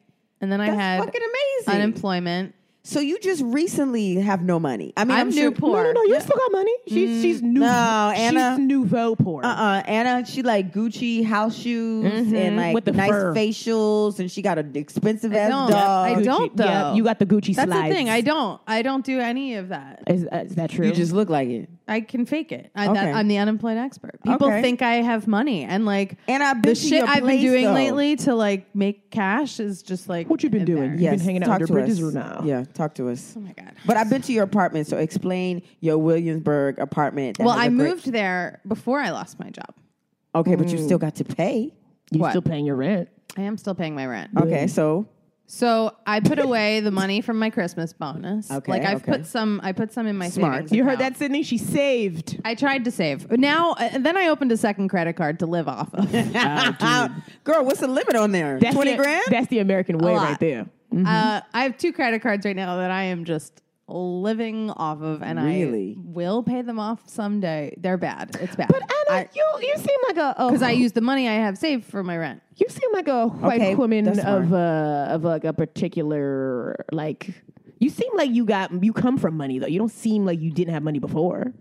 Speaker 3: and then I
Speaker 1: That's
Speaker 3: had
Speaker 1: fucking amazing.
Speaker 3: unemployment.
Speaker 1: so you just recently have no money. I mean,
Speaker 3: I'm
Speaker 1: I'm, sure-
Speaker 3: new poor.
Speaker 2: No, no, no. Oh, You still got money. She's
Speaker 3: Mm,
Speaker 2: she's new.
Speaker 1: no, Anna.
Speaker 2: she's nouveau poor.
Speaker 1: Uh-uh. Anna, she like Gucci house shoes and like
Speaker 2: With the
Speaker 1: nice
Speaker 2: fur.
Speaker 1: facials, and she got an expensive ass
Speaker 3: don't.
Speaker 1: dog.
Speaker 3: I
Speaker 2: Gucci.
Speaker 3: don't,
Speaker 2: Yeah,
Speaker 3: though.
Speaker 2: you got the Gucci
Speaker 3: That's
Speaker 2: slides.
Speaker 3: the thing. I don't. I don't do any of that.
Speaker 2: is, uh, is that true?
Speaker 1: You just look like it.
Speaker 3: I can fake it. I,
Speaker 1: Okay.
Speaker 3: that, I'm the unemployed expert. People
Speaker 1: Okay.
Speaker 3: think I have money, and like,
Speaker 1: And I've been
Speaker 3: the
Speaker 1: to
Speaker 3: shit
Speaker 1: your
Speaker 3: I've
Speaker 1: place,
Speaker 3: been doing
Speaker 1: though.
Speaker 3: lately to like make cash is just like
Speaker 2: What you been doing?
Speaker 3: embarrassing.
Speaker 2: You
Speaker 1: Yes,
Speaker 2: been hanging out
Speaker 1: talk
Speaker 2: under
Speaker 1: to
Speaker 2: bridges
Speaker 1: us.
Speaker 2: or no?
Speaker 1: Yeah, talk to us.
Speaker 3: Oh my god.
Speaker 1: But I've been to your apartment, so explain your Williamsburg apartment. that
Speaker 3: Well,
Speaker 1: has a
Speaker 3: I
Speaker 1: great-
Speaker 3: moved there before I lost my job.
Speaker 1: Okay, but you still got to pay.
Speaker 2: You
Speaker 3: What?
Speaker 2: still paying your rent?
Speaker 3: I am still paying my rent.
Speaker 1: Okay, so
Speaker 3: So I put away the money from my Christmas bonus.
Speaker 1: Okay,
Speaker 3: like I've
Speaker 1: okay.
Speaker 3: put some. I put some in my
Speaker 1: Smart.
Speaker 3: savings.
Speaker 2: You heard
Speaker 3: account.
Speaker 2: that, Sydney? She saved.
Speaker 3: I tried to save. Now, uh, then I opened a second credit card to live off of.
Speaker 2: Mm-hmm.
Speaker 1: girl, what's the limit on there?
Speaker 2: That's the,
Speaker 1: Twenty grand.
Speaker 2: That's the American way
Speaker 3: lot.
Speaker 2: right there.
Speaker 3: Uh, I have two credit cards right now that I am just living off of, and
Speaker 1: Really?
Speaker 3: I will pay them off someday. They're bad. It's bad.
Speaker 2: But Anna, oh you you seem like a
Speaker 3: because I use the money I have saved for my rent.
Speaker 2: you seem like a white
Speaker 1: Okay,
Speaker 2: woman
Speaker 1: that's smart.
Speaker 2: of uh of like a particular like you seem like you got you come from money though. You don't seem like you didn't have money before.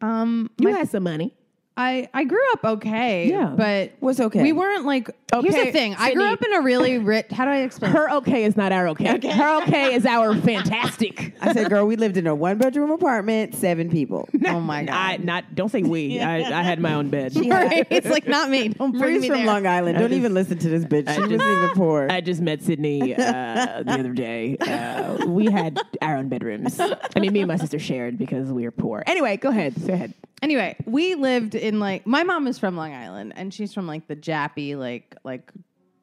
Speaker 3: Um,
Speaker 2: You had some money.
Speaker 3: I I grew up okay.
Speaker 2: Yeah.
Speaker 3: but
Speaker 1: Was okay.
Speaker 3: We weren't like. Here's
Speaker 2: Okay,
Speaker 3: the thing. I grew
Speaker 2: Sydney.
Speaker 3: up in a really rich. How do I explain?
Speaker 2: Her okay is not our okay. Her okay is our fantastic.
Speaker 1: I said, girl, we lived in a one bedroom apartment, seven people.
Speaker 3: oh my god.
Speaker 2: I not don't say we. I, I had my own bed.
Speaker 3: Right? It's like not me. Don't bring
Speaker 1: Marie's
Speaker 3: me
Speaker 1: from
Speaker 3: there.
Speaker 1: Long Island. Don't even listen to this bitch. She was even poor.
Speaker 2: I just met Sydney uh, the other day. Uh, we had our own bedrooms. I mean, me and my sister shared because we were poor. Anyway, go ahead. Go ahead.
Speaker 3: Anyway, we lived in like my mom is from Long Island and she's from like the jappy like like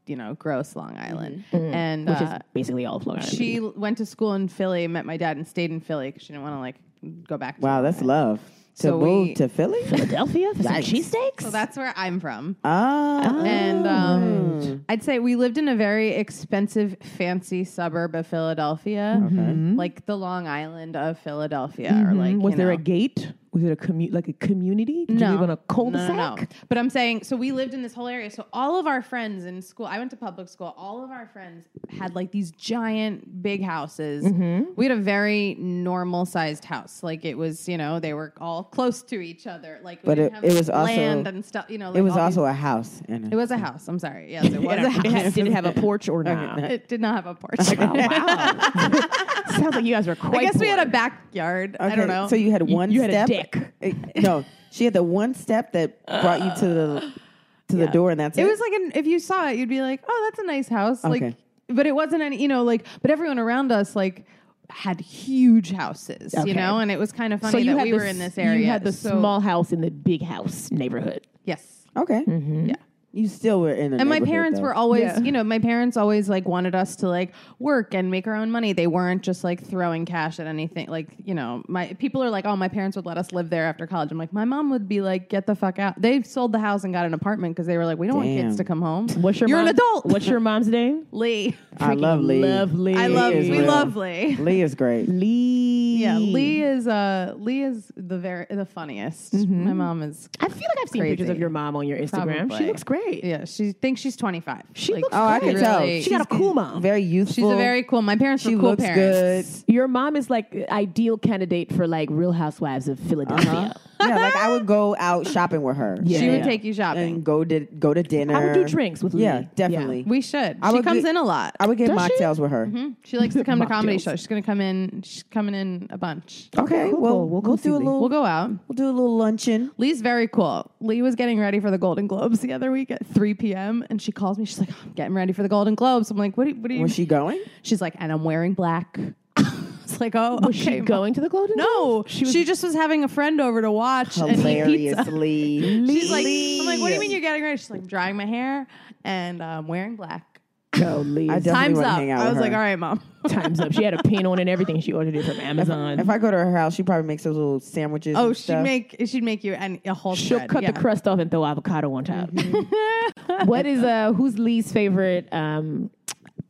Speaker 3: you know gross Long Island and
Speaker 2: Mm-hmm. Which
Speaker 3: uh,
Speaker 2: is basically all of Long Island.
Speaker 3: she l- went to school in Philly, met my dad, and stayed in Philly because she didn't want to like go back. To
Speaker 1: wow,
Speaker 3: Long
Speaker 1: that's
Speaker 3: Island.
Speaker 1: love. To
Speaker 3: So
Speaker 1: move
Speaker 3: we-
Speaker 1: to Philly?
Speaker 2: Philadelphia for some
Speaker 1: Yikes.
Speaker 2: cheesesteaks.
Speaker 3: So that's where I'm from.
Speaker 2: Oh,
Speaker 1: Ah,
Speaker 3: And um, I'd say we lived in a very expensive, fancy suburb of Philadelphia,
Speaker 2: Mm-hmm.
Speaker 3: like the Long Island of Philadelphia, or like
Speaker 2: Mm, was
Speaker 3: you
Speaker 2: there
Speaker 3: know.
Speaker 2: a gate? Was it a commu- like a community? Did you live on a
Speaker 3: No,
Speaker 2: cul-de-sac?
Speaker 3: no, no. But I'm saying, so we lived in this whole area. So all of our friends in school, I went to public school. All of our friends had like these giant, big houses.
Speaker 1: Mm-hmm.
Speaker 3: We had a very normal sized house. Like it was, you know, they were all close to each other. Like, we
Speaker 1: But
Speaker 3: didn't
Speaker 1: it-
Speaker 3: have
Speaker 1: it was also-
Speaker 3: land and stuff. You know, like
Speaker 1: it was
Speaker 3: all
Speaker 1: also
Speaker 3: these-
Speaker 1: a house. Anna.
Speaker 3: it was a house. I'm sorry. Yes, it was
Speaker 2: It
Speaker 3: a
Speaker 2: had- it had-
Speaker 3: house.
Speaker 2: did it have a porch or not?
Speaker 3: It did not have a porch.
Speaker 2: Oh, wow. Sounds like you guys were quite
Speaker 3: I guess we had a
Speaker 2: poor.
Speaker 3: backyard. I don't know.
Speaker 1: So you had
Speaker 2: You-
Speaker 1: one
Speaker 2: you had a
Speaker 1: step. Uh, no, she had the one step that brought you to the to the door, and that's it.
Speaker 3: It was like an, if you saw it, you'd be like, "Oh, that's a nice house."
Speaker 1: Okay.
Speaker 3: Like, but it wasn't any, you know, like, but everyone around us like had huge houses,
Speaker 2: Okay.
Speaker 3: you know, and it was kind of funny that
Speaker 2: had
Speaker 3: we
Speaker 2: the
Speaker 3: were in
Speaker 2: s-
Speaker 3: this area.
Speaker 2: You had the
Speaker 3: So-
Speaker 2: small house in the big house neighborhood.
Speaker 3: yes,
Speaker 1: okay.
Speaker 2: Mm-hmm.
Speaker 3: yeah.
Speaker 1: You still were in. The
Speaker 3: And my
Speaker 1: neighborhood,
Speaker 3: parents
Speaker 1: though.
Speaker 3: were always,
Speaker 2: Yeah.
Speaker 3: you know, my parents always like wanted us to like work and make our own money. They weren't just like throwing cash at anything. Like, you know, my people are like, oh, my parents would let us live there after college. I'm like, my mom would be like, get the fuck out. They sold the house and got an apartment because they were like, we don't want
Speaker 1: Damn.
Speaker 3: kids to come home.
Speaker 2: What's your
Speaker 3: You're an
Speaker 2: mom's-
Speaker 3: adult.
Speaker 2: What's your mom's name?
Speaker 3: Lee?
Speaker 1: I love Lee.
Speaker 2: Lovely.
Speaker 3: I love
Speaker 1: is
Speaker 3: we
Speaker 1: real.
Speaker 3: love Lee.
Speaker 1: Lee is great.
Speaker 2: Lee.
Speaker 3: Yeah, Lee is uh Lee is the very the funniest. My mom is
Speaker 2: Mm-hmm. I feel like I've seen
Speaker 3: Crazy.
Speaker 2: pictures of your mom on your Instagram.
Speaker 3: Probably.
Speaker 2: She looks great.
Speaker 3: yeah, she thinks she's 25.
Speaker 2: She looks
Speaker 1: Oh, I
Speaker 2: great.
Speaker 1: can tell.
Speaker 3: really-
Speaker 2: She got a cool mom.
Speaker 1: Very youthful.
Speaker 3: She's a very cool. My parents
Speaker 1: She
Speaker 3: were cool
Speaker 1: looks
Speaker 3: parents.
Speaker 1: good.
Speaker 2: Your mom is like ideal candidate for like Real Housewives of Philadelphia.
Speaker 1: yeah, like I would go out shopping with her.
Speaker 2: Yeah.
Speaker 3: she would
Speaker 2: yeah.
Speaker 3: take you shopping.
Speaker 1: and go to go to dinner.
Speaker 2: I would do drinks with Lee.
Speaker 1: Yeah, definitely.
Speaker 3: we should.
Speaker 1: I
Speaker 3: she
Speaker 1: would
Speaker 3: comes
Speaker 1: get-
Speaker 3: in a lot.
Speaker 1: I would get
Speaker 2: Does she?
Speaker 1: mocktails with her.
Speaker 3: Mhm. She likes to come to comedy
Speaker 2: Mocktails.
Speaker 3: shows. She's gonna come in. She's coming in a bunch.
Speaker 1: Okay,
Speaker 2: cool,
Speaker 1: well
Speaker 2: cool. We'll
Speaker 1: we'll,
Speaker 2: go see
Speaker 1: do a
Speaker 2: Lee.
Speaker 1: little we'll,
Speaker 3: We'll go out.
Speaker 1: do a little luncheon.
Speaker 3: Lee's very cool. Lee was getting ready for the Golden Globes the other week at 3 p.m. and she calls me. She's like, "I'm getting ready for the Golden Globes." I'm like, "What? Are, you- what are you?"
Speaker 1: Was she going?
Speaker 3: She's like, "And I'm wearing black." it's like, "Oh,
Speaker 2: Was
Speaker 3: okay,
Speaker 2: she
Speaker 3: Mom."
Speaker 2: going to the Golden
Speaker 3: No,
Speaker 2: Globes?
Speaker 3: she, just was having a friend over to watch and eat pizza.
Speaker 1: Hilariously.
Speaker 3: She's like, "I'm like, what do you mean you're getting ready?" She's like, "I'm drying my hair and uh, I'm wearing black."
Speaker 2: No, Lee.
Speaker 1: I definitely
Speaker 3: Time's
Speaker 1: wouldn't
Speaker 3: up.
Speaker 1: hang out
Speaker 3: I
Speaker 1: with
Speaker 3: was like,
Speaker 1: her.
Speaker 3: "All right, mom."
Speaker 2: Time's up. She had a pin on and everything. She ordered it from Amazon.
Speaker 1: If I go to her house, she probably makes those little sandwiches.
Speaker 3: Oh,
Speaker 1: and
Speaker 3: she'd
Speaker 1: stuff.
Speaker 3: make she'd make you and a whole.
Speaker 2: She'll
Speaker 3: shred.
Speaker 2: cut
Speaker 3: yeah.
Speaker 2: the crust off and throw avocado on top. what is uh who's Lee's favorite um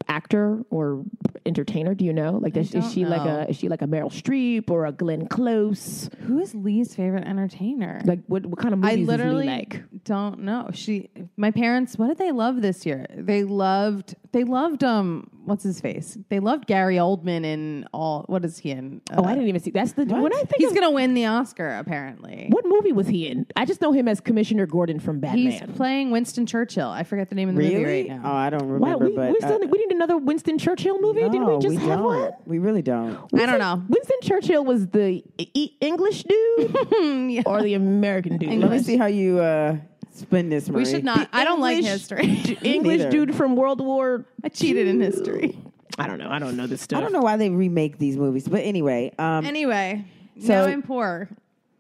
Speaker 2: actor or entertainer? Do you know? Like is, is
Speaker 3: don't
Speaker 2: she like
Speaker 3: know.
Speaker 2: a is she like a Meryl Streep or a Glenn Close?
Speaker 3: Who is Lee's favorite entertainer?
Speaker 2: Like what what kind of movies
Speaker 3: I
Speaker 2: is Lee
Speaker 3: literally
Speaker 2: like?
Speaker 3: don't know. She, my parents, what did they love this year? They loved, they loved um, what's his face? They loved Gary Oldman in all. What is he in?
Speaker 2: Oh,
Speaker 3: Uh,
Speaker 2: I didn't even see. That's the when I think
Speaker 3: he's
Speaker 2: of,
Speaker 3: gonna win the Oscar apparently.
Speaker 2: what movie was he in? I just know him as Commissioner Gordon from
Speaker 3: He's
Speaker 2: Batman.
Speaker 3: playing Winston Churchill. I forget the name of the movie right
Speaker 1: really?
Speaker 3: now.
Speaker 1: Oh, I don't
Speaker 2: Why,
Speaker 1: remember.
Speaker 2: we,
Speaker 1: but
Speaker 2: we, still, need- we need another Winston Churchill movie.
Speaker 1: uh,
Speaker 2: Didn't
Speaker 1: no,
Speaker 2: we just have
Speaker 1: don't.
Speaker 2: one?
Speaker 1: We really don't.
Speaker 3: I don't know.
Speaker 2: Winston Churchill was the e- English dude
Speaker 3: Mm, yeah.
Speaker 2: or the American dude?
Speaker 1: Let me see how you uh, spin this. Marie.
Speaker 3: We should not. I don't like history.
Speaker 2: English
Speaker 1: Neither.
Speaker 2: dude from World War.
Speaker 3: I cheated in history.
Speaker 2: I don't know. I don't know this stuff.
Speaker 1: I don't know why they remake these movies, but anyway. Um,
Speaker 3: Anyway,
Speaker 1: So-
Speaker 3: now I'm poor.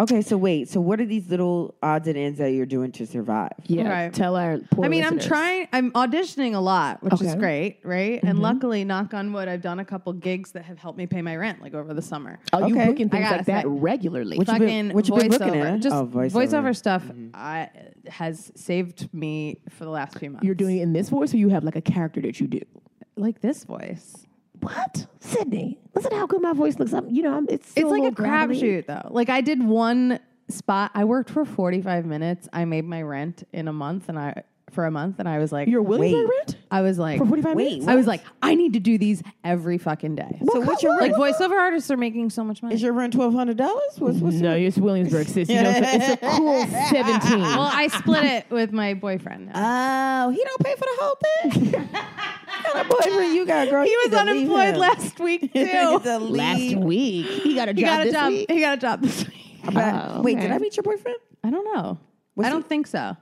Speaker 1: okay, so wait. So what are these little odds and ends that you're doing to survive?
Speaker 2: Yeah,
Speaker 3: Right.
Speaker 2: tell our. Poor
Speaker 3: I mean, I'm
Speaker 2: listeners.
Speaker 3: trying. I'm auditioning a lot, which is
Speaker 2: Okay.
Speaker 3: great, right? And luckily, knock on wood, I've done a couple gigs that have helped me pay my rent, like over the summer.
Speaker 2: Are Oh, you
Speaker 1: Okay.
Speaker 2: booking
Speaker 3: I
Speaker 2: things
Speaker 3: gotta
Speaker 2: like that
Speaker 3: say.
Speaker 2: regularly?
Speaker 1: Which- you
Speaker 3: Fucking
Speaker 1: been- what you been looking
Speaker 3: voiceover.
Speaker 1: at?
Speaker 3: Just
Speaker 1: Oh, voiceover.
Speaker 3: voiceover, Mm-hmm. stuff I, has saved me for the last few months.
Speaker 2: You're doing it in this voice, or you have like a character that you do.
Speaker 3: like this voice.
Speaker 2: What, Sydney? Listen to how good my voice looks. I'm, you know, I'm, it's
Speaker 3: It's like a crapshoot, though. Like I did one spot. I worked for 45 minutes. I made my rent in a month, and I for a month, and I was like,
Speaker 2: You're willing
Speaker 1: Wait.
Speaker 2: to rent
Speaker 3: I was like,
Speaker 2: for 45
Speaker 1: Wait,
Speaker 2: minutes.
Speaker 3: I was like, I need to do these every fucking day.
Speaker 1: so what's your
Speaker 3: like
Speaker 1: rent?
Speaker 3: voiceover artists are making so much money.
Speaker 1: Is your rent twelve hundred dollars? What's what's
Speaker 2: No, it's Williamsburg, sis. You know, it's a, it's a cool seventeen.
Speaker 3: Well, I split it with my boyfriend.
Speaker 2: Uh,
Speaker 3: now.
Speaker 1: Oh, he don't pay for the whole thing. what kind of boyfriend you got, girl?
Speaker 3: he
Speaker 1: You
Speaker 3: was
Speaker 1: need to leave
Speaker 3: unemployed
Speaker 1: him.
Speaker 3: last week
Speaker 1: You
Speaker 3: too.
Speaker 1: need to
Speaker 2: Last
Speaker 1: leave.
Speaker 2: week, he got a job.
Speaker 3: he got a
Speaker 2: this
Speaker 3: job.
Speaker 2: week.
Speaker 3: He got a job this week.
Speaker 1: But-
Speaker 2: Oh,
Speaker 1: wait,
Speaker 2: okay.
Speaker 1: did I meet your boyfriend?
Speaker 3: I don't know.
Speaker 1: Was
Speaker 3: I don't think so.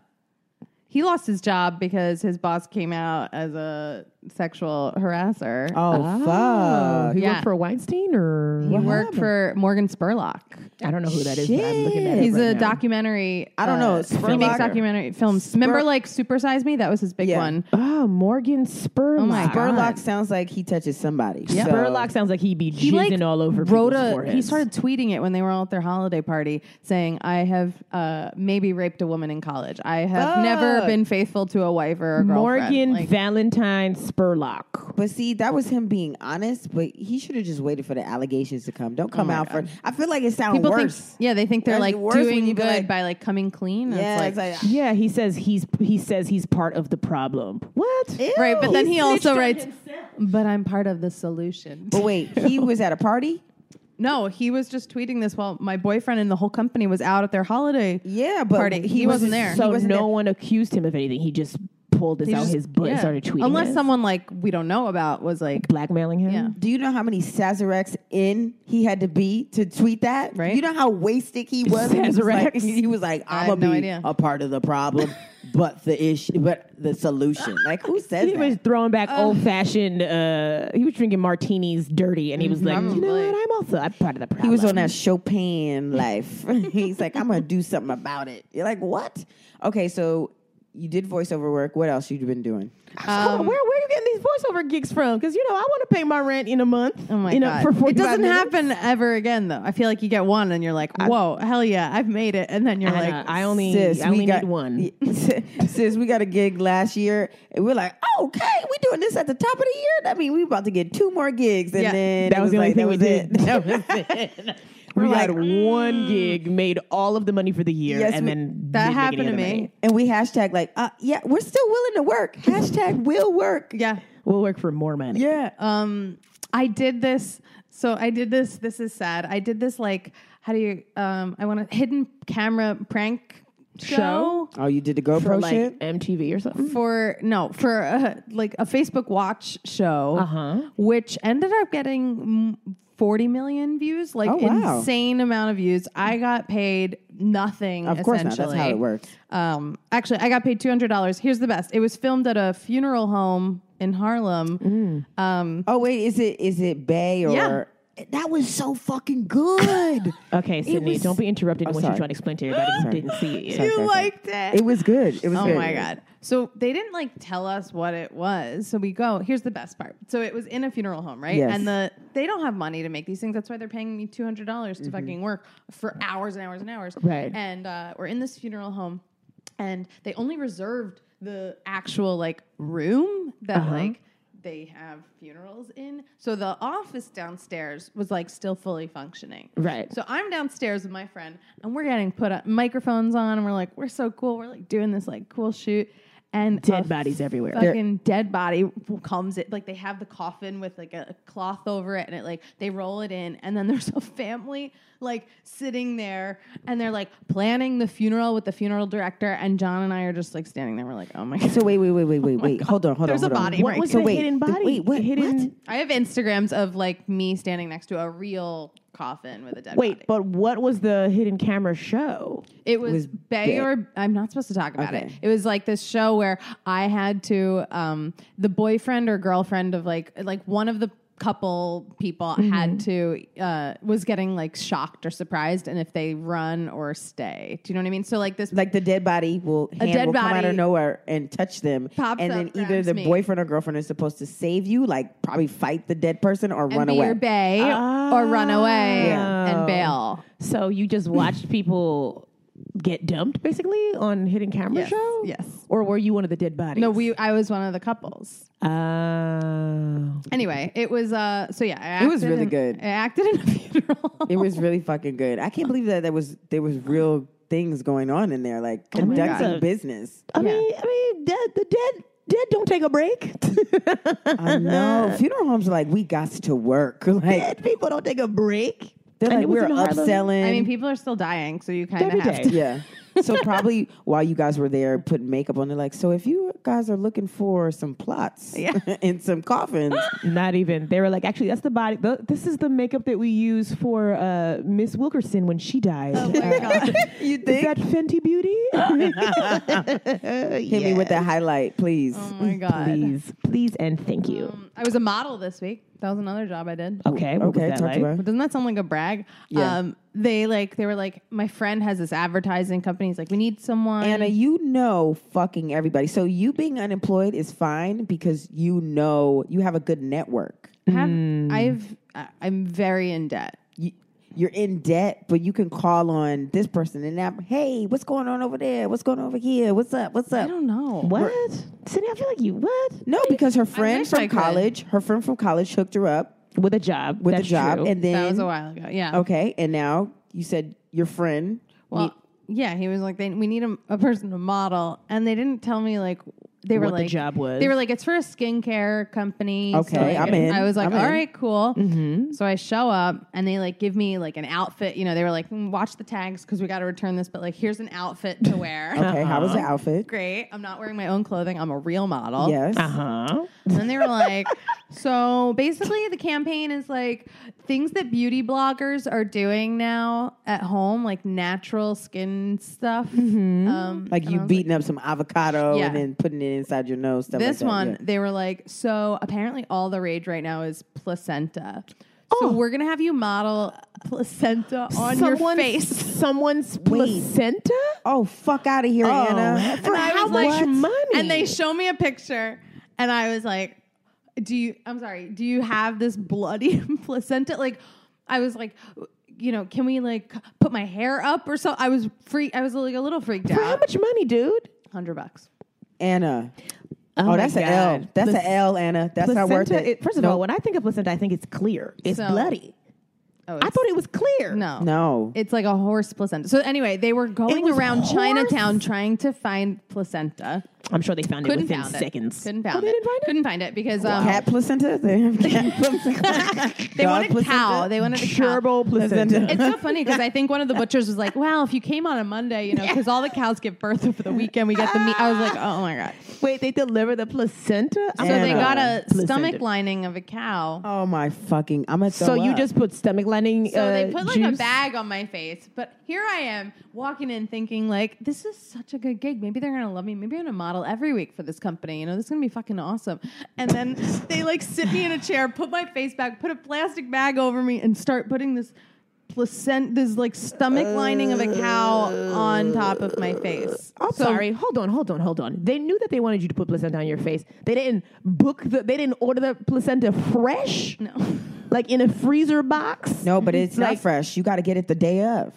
Speaker 3: He lost his job because his boss came out as a sexual harasser.
Speaker 1: Oh, fuck.
Speaker 2: He
Speaker 3: Yeah.
Speaker 2: worked for Weinstein, or
Speaker 3: he worked for Morgan Spurlock.
Speaker 2: I don't know who that is. But I'm looking at it
Speaker 3: He's
Speaker 2: right
Speaker 3: a
Speaker 2: now.
Speaker 3: documentary.
Speaker 1: I don't know, it's
Speaker 3: Phoenix
Speaker 1: Spurlock or-
Speaker 3: documentary film. Remember, like Super Size Me? That was his big
Speaker 1: Yeah.
Speaker 3: one.
Speaker 2: Oh, Morgan Spurlock.
Speaker 3: Oh my God.
Speaker 1: Burlock sounds like he touches somebody. So-
Speaker 2: Spurlock sounds like he'd be jizzing all over
Speaker 3: wrote
Speaker 2: people's
Speaker 3: a,
Speaker 2: foreheads.
Speaker 3: he started tweeting it when they were all at their holiday party saying i have uh, maybe raped a woman in college i have
Speaker 1: Fuck.
Speaker 3: never been faithful to a wife or a girlfriend
Speaker 2: Morgan
Speaker 3: Like,
Speaker 2: Valentine Spurlock.
Speaker 1: But see, that was him being honest. But he should have just waited for the allegations to come. Don't come out for. I feel like it sounds
Speaker 3: Oh people
Speaker 1: worse.
Speaker 3: think yeah they think they're
Speaker 1: That's
Speaker 3: like
Speaker 1: worse when
Speaker 3: doing
Speaker 1: you
Speaker 3: good
Speaker 1: be like-
Speaker 3: by like coming clean and
Speaker 1: yeah,
Speaker 3: it's
Speaker 1: it's
Speaker 3: like,
Speaker 1: like,
Speaker 2: Yeah, he says he's he says he's part of the problem. What?
Speaker 1: ew.
Speaker 3: right but then he, also
Speaker 2: on
Speaker 3: writes but i'm part of the solution
Speaker 1: But wait, he was at a party.
Speaker 3: no he was just tweeting this while my boyfriend and the whole company was out at their holiday
Speaker 1: Yeah, but
Speaker 3: Party. He wasn't there.
Speaker 1: he
Speaker 2: So no
Speaker 1: wasn't there.
Speaker 2: one accused him of anything. He just pulled this
Speaker 3: He
Speaker 2: out
Speaker 3: just-
Speaker 2: his butt and
Speaker 3: yeah.
Speaker 2: started tweeting.
Speaker 3: unless
Speaker 2: it.
Speaker 3: someone like we don't know about was like
Speaker 2: blackmailing him.
Speaker 3: Yeah.
Speaker 1: Do you know how many Sazeracs in he had to be to tweet that?
Speaker 3: Right.
Speaker 1: You know how wasted he was. He was like,
Speaker 2: Sazeracs.
Speaker 1: he was like,
Speaker 3: I
Speaker 1: "I'm
Speaker 3: have
Speaker 1: gonna
Speaker 3: no
Speaker 1: be
Speaker 3: idea.
Speaker 1: a part of the problem, but the issue, but the solution." Like, who says
Speaker 2: He
Speaker 1: that?
Speaker 2: was throwing back old fashioned. Uh, he was drinking martinis, dirty, and he was like, "You know
Speaker 3: Probably.
Speaker 2: what? I'm also I'm part of the problem."
Speaker 1: He was on that Chopin life. He's like, I'm gonna do something about it. You're like, what? Okay, so you did voiceover work. What else you been doing?
Speaker 2: Hold on, where where are you getting these voiceover gigs from? Because you know I want to pay my rent in a month.
Speaker 3: Oh my
Speaker 2: you know,
Speaker 3: god!
Speaker 2: For 45
Speaker 3: it doesn't
Speaker 2: minutes.
Speaker 3: happen ever again, though. I feel like you get one and you're like, "Whoa, hell yeah, I've made it!" And then you're
Speaker 2: I,
Speaker 3: like,
Speaker 2: know. I only
Speaker 1: Sis,
Speaker 2: I only
Speaker 1: we got
Speaker 2: need one.
Speaker 1: Sis, we got a gig last year, and we're like, oh, okay, we doing this at the top of the year. That mean we about to get two more gigs, and
Speaker 3: Yeah.
Speaker 1: then
Speaker 2: That
Speaker 1: it
Speaker 2: was the only
Speaker 1: like,
Speaker 2: thing
Speaker 1: that
Speaker 2: we
Speaker 1: was
Speaker 2: did.
Speaker 1: it.
Speaker 2: That was it. We
Speaker 1: We're
Speaker 2: had
Speaker 1: like,
Speaker 2: one gig, made all of the money for the year,
Speaker 1: Yes,
Speaker 2: and
Speaker 1: we-
Speaker 2: then didn't make
Speaker 3: "That
Speaker 2: any
Speaker 3: happened to
Speaker 2: other
Speaker 3: me."
Speaker 2: money.
Speaker 1: And we hashtag like, uh, yeah, we're still willing to work. Hashtag will work.
Speaker 3: Yeah,
Speaker 2: We'll work for more money.
Speaker 1: Yeah.
Speaker 3: um, I did this. So I did this. This is sad. I did this like how do you um I want a hidden camera prank show,
Speaker 2: Show?
Speaker 1: Oh, you did the GoPro
Speaker 2: for like
Speaker 1: shit?
Speaker 2: MTV or something.
Speaker 3: for no for a, like a Facebook Watch show,
Speaker 2: Uh-huh.
Speaker 3: which ended up getting mm, forty million views, like
Speaker 1: Oh, wow.
Speaker 3: insane amount of views. I got paid nothing.
Speaker 1: Of course not. That's how
Speaker 3: essentially.
Speaker 1: it works.
Speaker 3: Um, actually, I got paid two hundred dollars. Here's the best. It was filmed at a funeral home in
Speaker 1: Mm-hmm.
Speaker 3: Harlem. Um,
Speaker 1: Oh wait, is it is it Bay or that was so fucking good.
Speaker 2: Okay, Sydney,
Speaker 1: was-
Speaker 2: don't be interrupted when
Speaker 1: sorry.
Speaker 2: she's trying to explain to everybody who didn't see it. yet.
Speaker 1: Sorry,
Speaker 3: You
Speaker 1: sorry, sorry.
Speaker 3: liked it?
Speaker 1: It was good. It was
Speaker 3: Oh
Speaker 1: good.
Speaker 3: my god. So they didn't like tell us what it was. So we go, here's the best part. So it was in a funeral home, right?
Speaker 1: Yes.
Speaker 3: And the they don't have money to make these things. That's why they're paying me $200 dollars
Speaker 1: Mm-hmm.
Speaker 3: to fucking work for hours and hours and hours.
Speaker 2: Right.
Speaker 3: And uh, we're in this funeral home and they only reserved the actual like room that
Speaker 1: Uh-huh.
Speaker 3: like they have funerals in. So the office downstairs was like still fully functioning.
Speaker 2: Right.
Speaker 3: So I'm downstairs with my friend, and we're getting put up microphones on, and we're like, we're so cool. We're like doing this like cool shoot, and
Speaker 2: Dead
Speaker 3: a
Speaker 2: bodies everywhere.
Speaker 3: Fucking dead body comes it like they have the coffin with like a cloth over it, and it like they roll it in, and then there's a family like sitting there, and they're like planning the funeral with the funeral director, and John and I are just like standing there. We're like, oh my god.
Speaker 1: So wait, wait, wait, wait, wait, wait. hold on, hold
Speaker 3: There's a
Speaker 1: on, hold on.
Speaker 3: body.
Speaker 2: What was
Speaker 1: So
Speaker 2: the
Speaker 1: wait,
Speaker 2: hidden
Speaker 1: the-
Speaker 2: body?
Speaker 1: wait, what-
Speaker 2: Hidden.
Speaker 1: what?
Speaker 3: I have Instagrams of like me standing next to a real coffin with a dead body.
Speaker 2: Wait, but what was the hidden camera show?
Speaker 3: It was,
Speaker 1: was
Speaker 3: Bay
Speaker 1: big.
Speaker 3: or I'm not supposed to talk about it.
Speaker 1: Okay.
Speaker 3: It was like this show where I had to um the boyfriend or girlfriend of like like one of the couple people
Speaker 1: Mm-hmm.
Speaker 3: had to uh was getting like shocked or surprised and if they run or stay. Do you know what I mean? So like this
Speaker 1: Like the dead body will hand
Speaker 3: dead
Speaker 1: will come out of
Speaker 3: body
Speaker 1: nowhere and touch them,
Speaker 3: pops
Speaker 1: and
Speaker 3: up,
Speaker 1: then either
Speaker 3: grabs
Speaker 1: the
Speaker 3: me.
Speaker 1: boyfriend or girlfriend is supposed to save you, like probably fight the dead person or
Speaker 3: and
Speaker 1: run
Speaker 3: be
Speaker 1: away. Ah.
Speaker 3: your bay or run away
Speaker 2: Yeah.
Speaker 3: and bail.
Speaker 2: So you just watched people get dumped basically on hidden camera
Speaker 3: Yes,
Speaker 2: show?
Speaker 3: yes.
Speaker 2: Or were you one of the dead bodies?
Speaker 3: No, we I was one of the couples.
Speaker 2: Oh.
Speaker 3: Anyway, it was uh so yeah, I
Speaker 1: It was
Speaker 3: acted
Speaker 1: really
Speaker 3: in-
Speaker 1: good.
Speaker 3: I acted in a funeral.
Speaker 1: It was really fucking good. I can't believe that there was there was real things going on in there, like
Speaker 3: Oh
Speaker 1: conducting
Speaker 2: God.
Speaker 1: business.
Speaker 2: I
Speaker 3: Yeah.
Speaker 2: mean, I mean, dead, the dead, dead don't take a break.
Speaker 1: I know funeral homes are like we got to work. Like
Speaker 2: dead people don't take a break.
Speaker 1: they're
Speaker 2: And
Speaker 1: like
Speaker 2: it was
Speaker 1: we're
Speaker 2: in Harlem.
Speaker 1: upselling.
Speaker 3: I mean, people are still dying, so you kind
Speaker 2: Every
Speaker 3: of have
Speaker 2: day.
Speaker 3: to
Speaker 1: Yeah. So probably while you guys were there putting makeup on, they're like, so if you guys are looking for some plots
Speaker 3: Yeah.
Speaker 1: and some coffins,
Speaker 2: Not even. They were like, actually, that's the body. th this is the makeup that we use for uh, Miss Wilkerson when she died.
Speaker 3: Oh my god. Oh,
Speaker 1: you
Speaker 2: is
Speaker 1: think?
Speaker 2: that Fenty Beauty?
Speaker 1: Hit me with that highlight, please.
Speaker 3: Oh my god.
Speaker 2: please, please, and thank you.
Speaker 3: Um, I was a model this week. That was another job I did.
Speaker 2: Okay, what was
Speaker 1: okay,
Speaker 2: that
Speaker 1: talk
Speaker 2: like?
Speaker 1: about it.
Speaker 3: But doesn't that sound like a brag?
Speaker 1: Yeah.
Speaker 3: Um, they like they were like, my friend has this advertising company. He's like, we need someone.
Speaker 1: Anna, you know fucking everybody. So you being unemployed is fine because you know you have a good network.
Speaker 3: have,
Speaker 2: Hmm.
Speaker 3: I've I- I'm very in debt.
Speaker 1: You, you're in debt, but you can call on this person and that. Hey, what's going on over there? What's going on over here? What's up? What's
Speaker 3: I
Speaker 1: up?
Speaker 3: don't know.
Speaker 2: Uh, What? Sydney, I feel like you, what?
Speaker 1: No, because her friend
Speaker 3: wish I
Speaker 1: from
Speaker 3: could.
Speaker 1: college, her friend from college hooked her up
Speaker 2: With a job.
Speaker 1: with
Speaker 2: that's
Speaker 1: a job,
Speaker 2: true.
Speaker 1: and then
Speaker 3: That was a while ago. Yeah.
Speaker 1: Okay, and now you said your friend.
Speaker 3: Well, yeah, he was like, they, we need a, a person to model, and they didn't tell me like they were
Speaker 2: What the
Speaker 3: like
Speaker 2: job was.
Speaker 3: They were like, it's for a skincare company. so,
Speaker 1: Okay,
Speaker 3: like,
Speaker 1: I'm in.
Speaker 3: I was like,
Speaker 1: I'm
Speaker 3: all
Speaker 1: in." Mm-hmm.
Speaker 3: right, cool. So I show up, and they like give me like an outfit. You know, they were like, "Mm, watch the tags because we got to return this, but like here's an outfit to wear.
Speaker 1: Okay, how was the outfit?
Speaker 3: Great. I'm not wearing my own clothing. I'm a real model.
Speaker 1: Yes.
Speaker 2: Uh huh.
Speaker 3: And then they were like, so basically, the campaign is like things that beauty bloggers are doing now at home, like natural skin stuff. Um,
Speaker 1: Mm-hmm. Like you beating up some avocado
Speaker 3: Yeah.
Speaker 1: and then putting it inside your nose. Stuff
Speaker 3: this
Speaker 1: like that,
Speaker 3: one,
Speaker 1: yeah.
Speaker 3: they were like, so apparently, all the rage right now is placenta.
Speaker 1: Oh.
Speaker 3: So we're gonna have you model placenta on your face.
Speaker 2: Someone's placenta?
Speaker 1: Oh, fuck out of here, Anna.
Speaker 2: for
Speaker 3: And I
Speaker 2: how
Speaker 3: was like,
Speaker 2: much money?
Speaker 3: And they show me a picture, and I was like, "Do you? I'm sorry. Do you have this bloody placenta?" Like, I was like, you know, can we like put my hair up or so? I was freak. I was like a little freaked
Speaker 2: for how
Speaker 3: out.
Speaker 2: much money, dude?
Speaker 3: Hundred bucks.
Speaker 1: Anna.
Speaker 2: my
Speaker 1: Oh, that's an L.
Speaker 2: God.
Speaker 1: That's
Speaker 2: Plac-
Speaker 1: an L, Anna. That's
Speaker 2: placenta,
Speaker 1: not worth it.
Speaker 2: First of all, when I think of placenta, I think it's clear. It's
Speaker 3: So-
Speaker 2: bloody.
Speaker 3: Oh,
Speaker 2: I
Speaker 3: it's-
Speaker 2: thought it was clear.
Speaker 3: No.
Speaker 1: No.
Speaker 3: It's like a horse placenta. So anyway, they were going
Speaker 2: was
Speaker 3: around
Speaker 2: horse-
Speaker 3: Chinatown trying to find placenta.
Speaker 2: I'm sure they found it
Speaker 3: Couldn't
Speaker 2: within
Speaker 3: find
Speaker 2: seconds. Oh,
Speaker 3: it. Couldn't found
Speaker 2: they
Speaker 3: it.
Speaker 2: didn't find it?
Speaker 3: Couldn't find it because um,
Speaker 1: Cat placenta? They have cat placenta.
Speaker 3: they
Speaker 1: Dog
Speaker 3: wanted
Speaker 1: placenta?
Speaker 3: cow. They wanted a cow.
Speaker 1: Gerbil placenta.
Speaker 3: It's so funny because I think one of the butchers was like, "Well, if you came on a Monday, you know, because all the cows give birth over the weekend, we get the meat." I was like, "Oh my god!"
Speaker 2: Wait, they deliver the placenta? uh,
Speaker 3: So they
Speaker 1: Anna.
Speaker 3: got a
Speaker 2: Placenta.
Speaker 3: stomach lining of a cow.
Speaker 1: oh my fucking! I'm gonna
Speaker 2: So
Speaker 1: throw
Speaker 2: you
Speaker 1: up.
Speaker 2: just put stomach lining.
Speaker 3: So they
Speaker 2: uh,
Speaker 3: put like a
Speaker 2: juice?
Speaker 3: bag on my face, but here I am walking in thinking like this is such a good gig. Maybe they're gonna love me. Maybe I'm gonna model every week for this company. You know, this is gonna be fucking awesome. And then they like sit me in a chair, put my face back, put a plastic bag over me, and start putting this placent this like stomach lining of a cow on top of my face.
Speaker 2: I'm sorry. Hold on, hold on, hold on. They knew that they wanted you to put placenta on your face. They didn't book the. They didn't order the placenta fresh,
Speaker 3: No.
Speaker 2: like in a freezer box.
Speaker 1: no, but it's
Speaker 2: Like-
Speaker 1: not fresh. You got to get it the day of.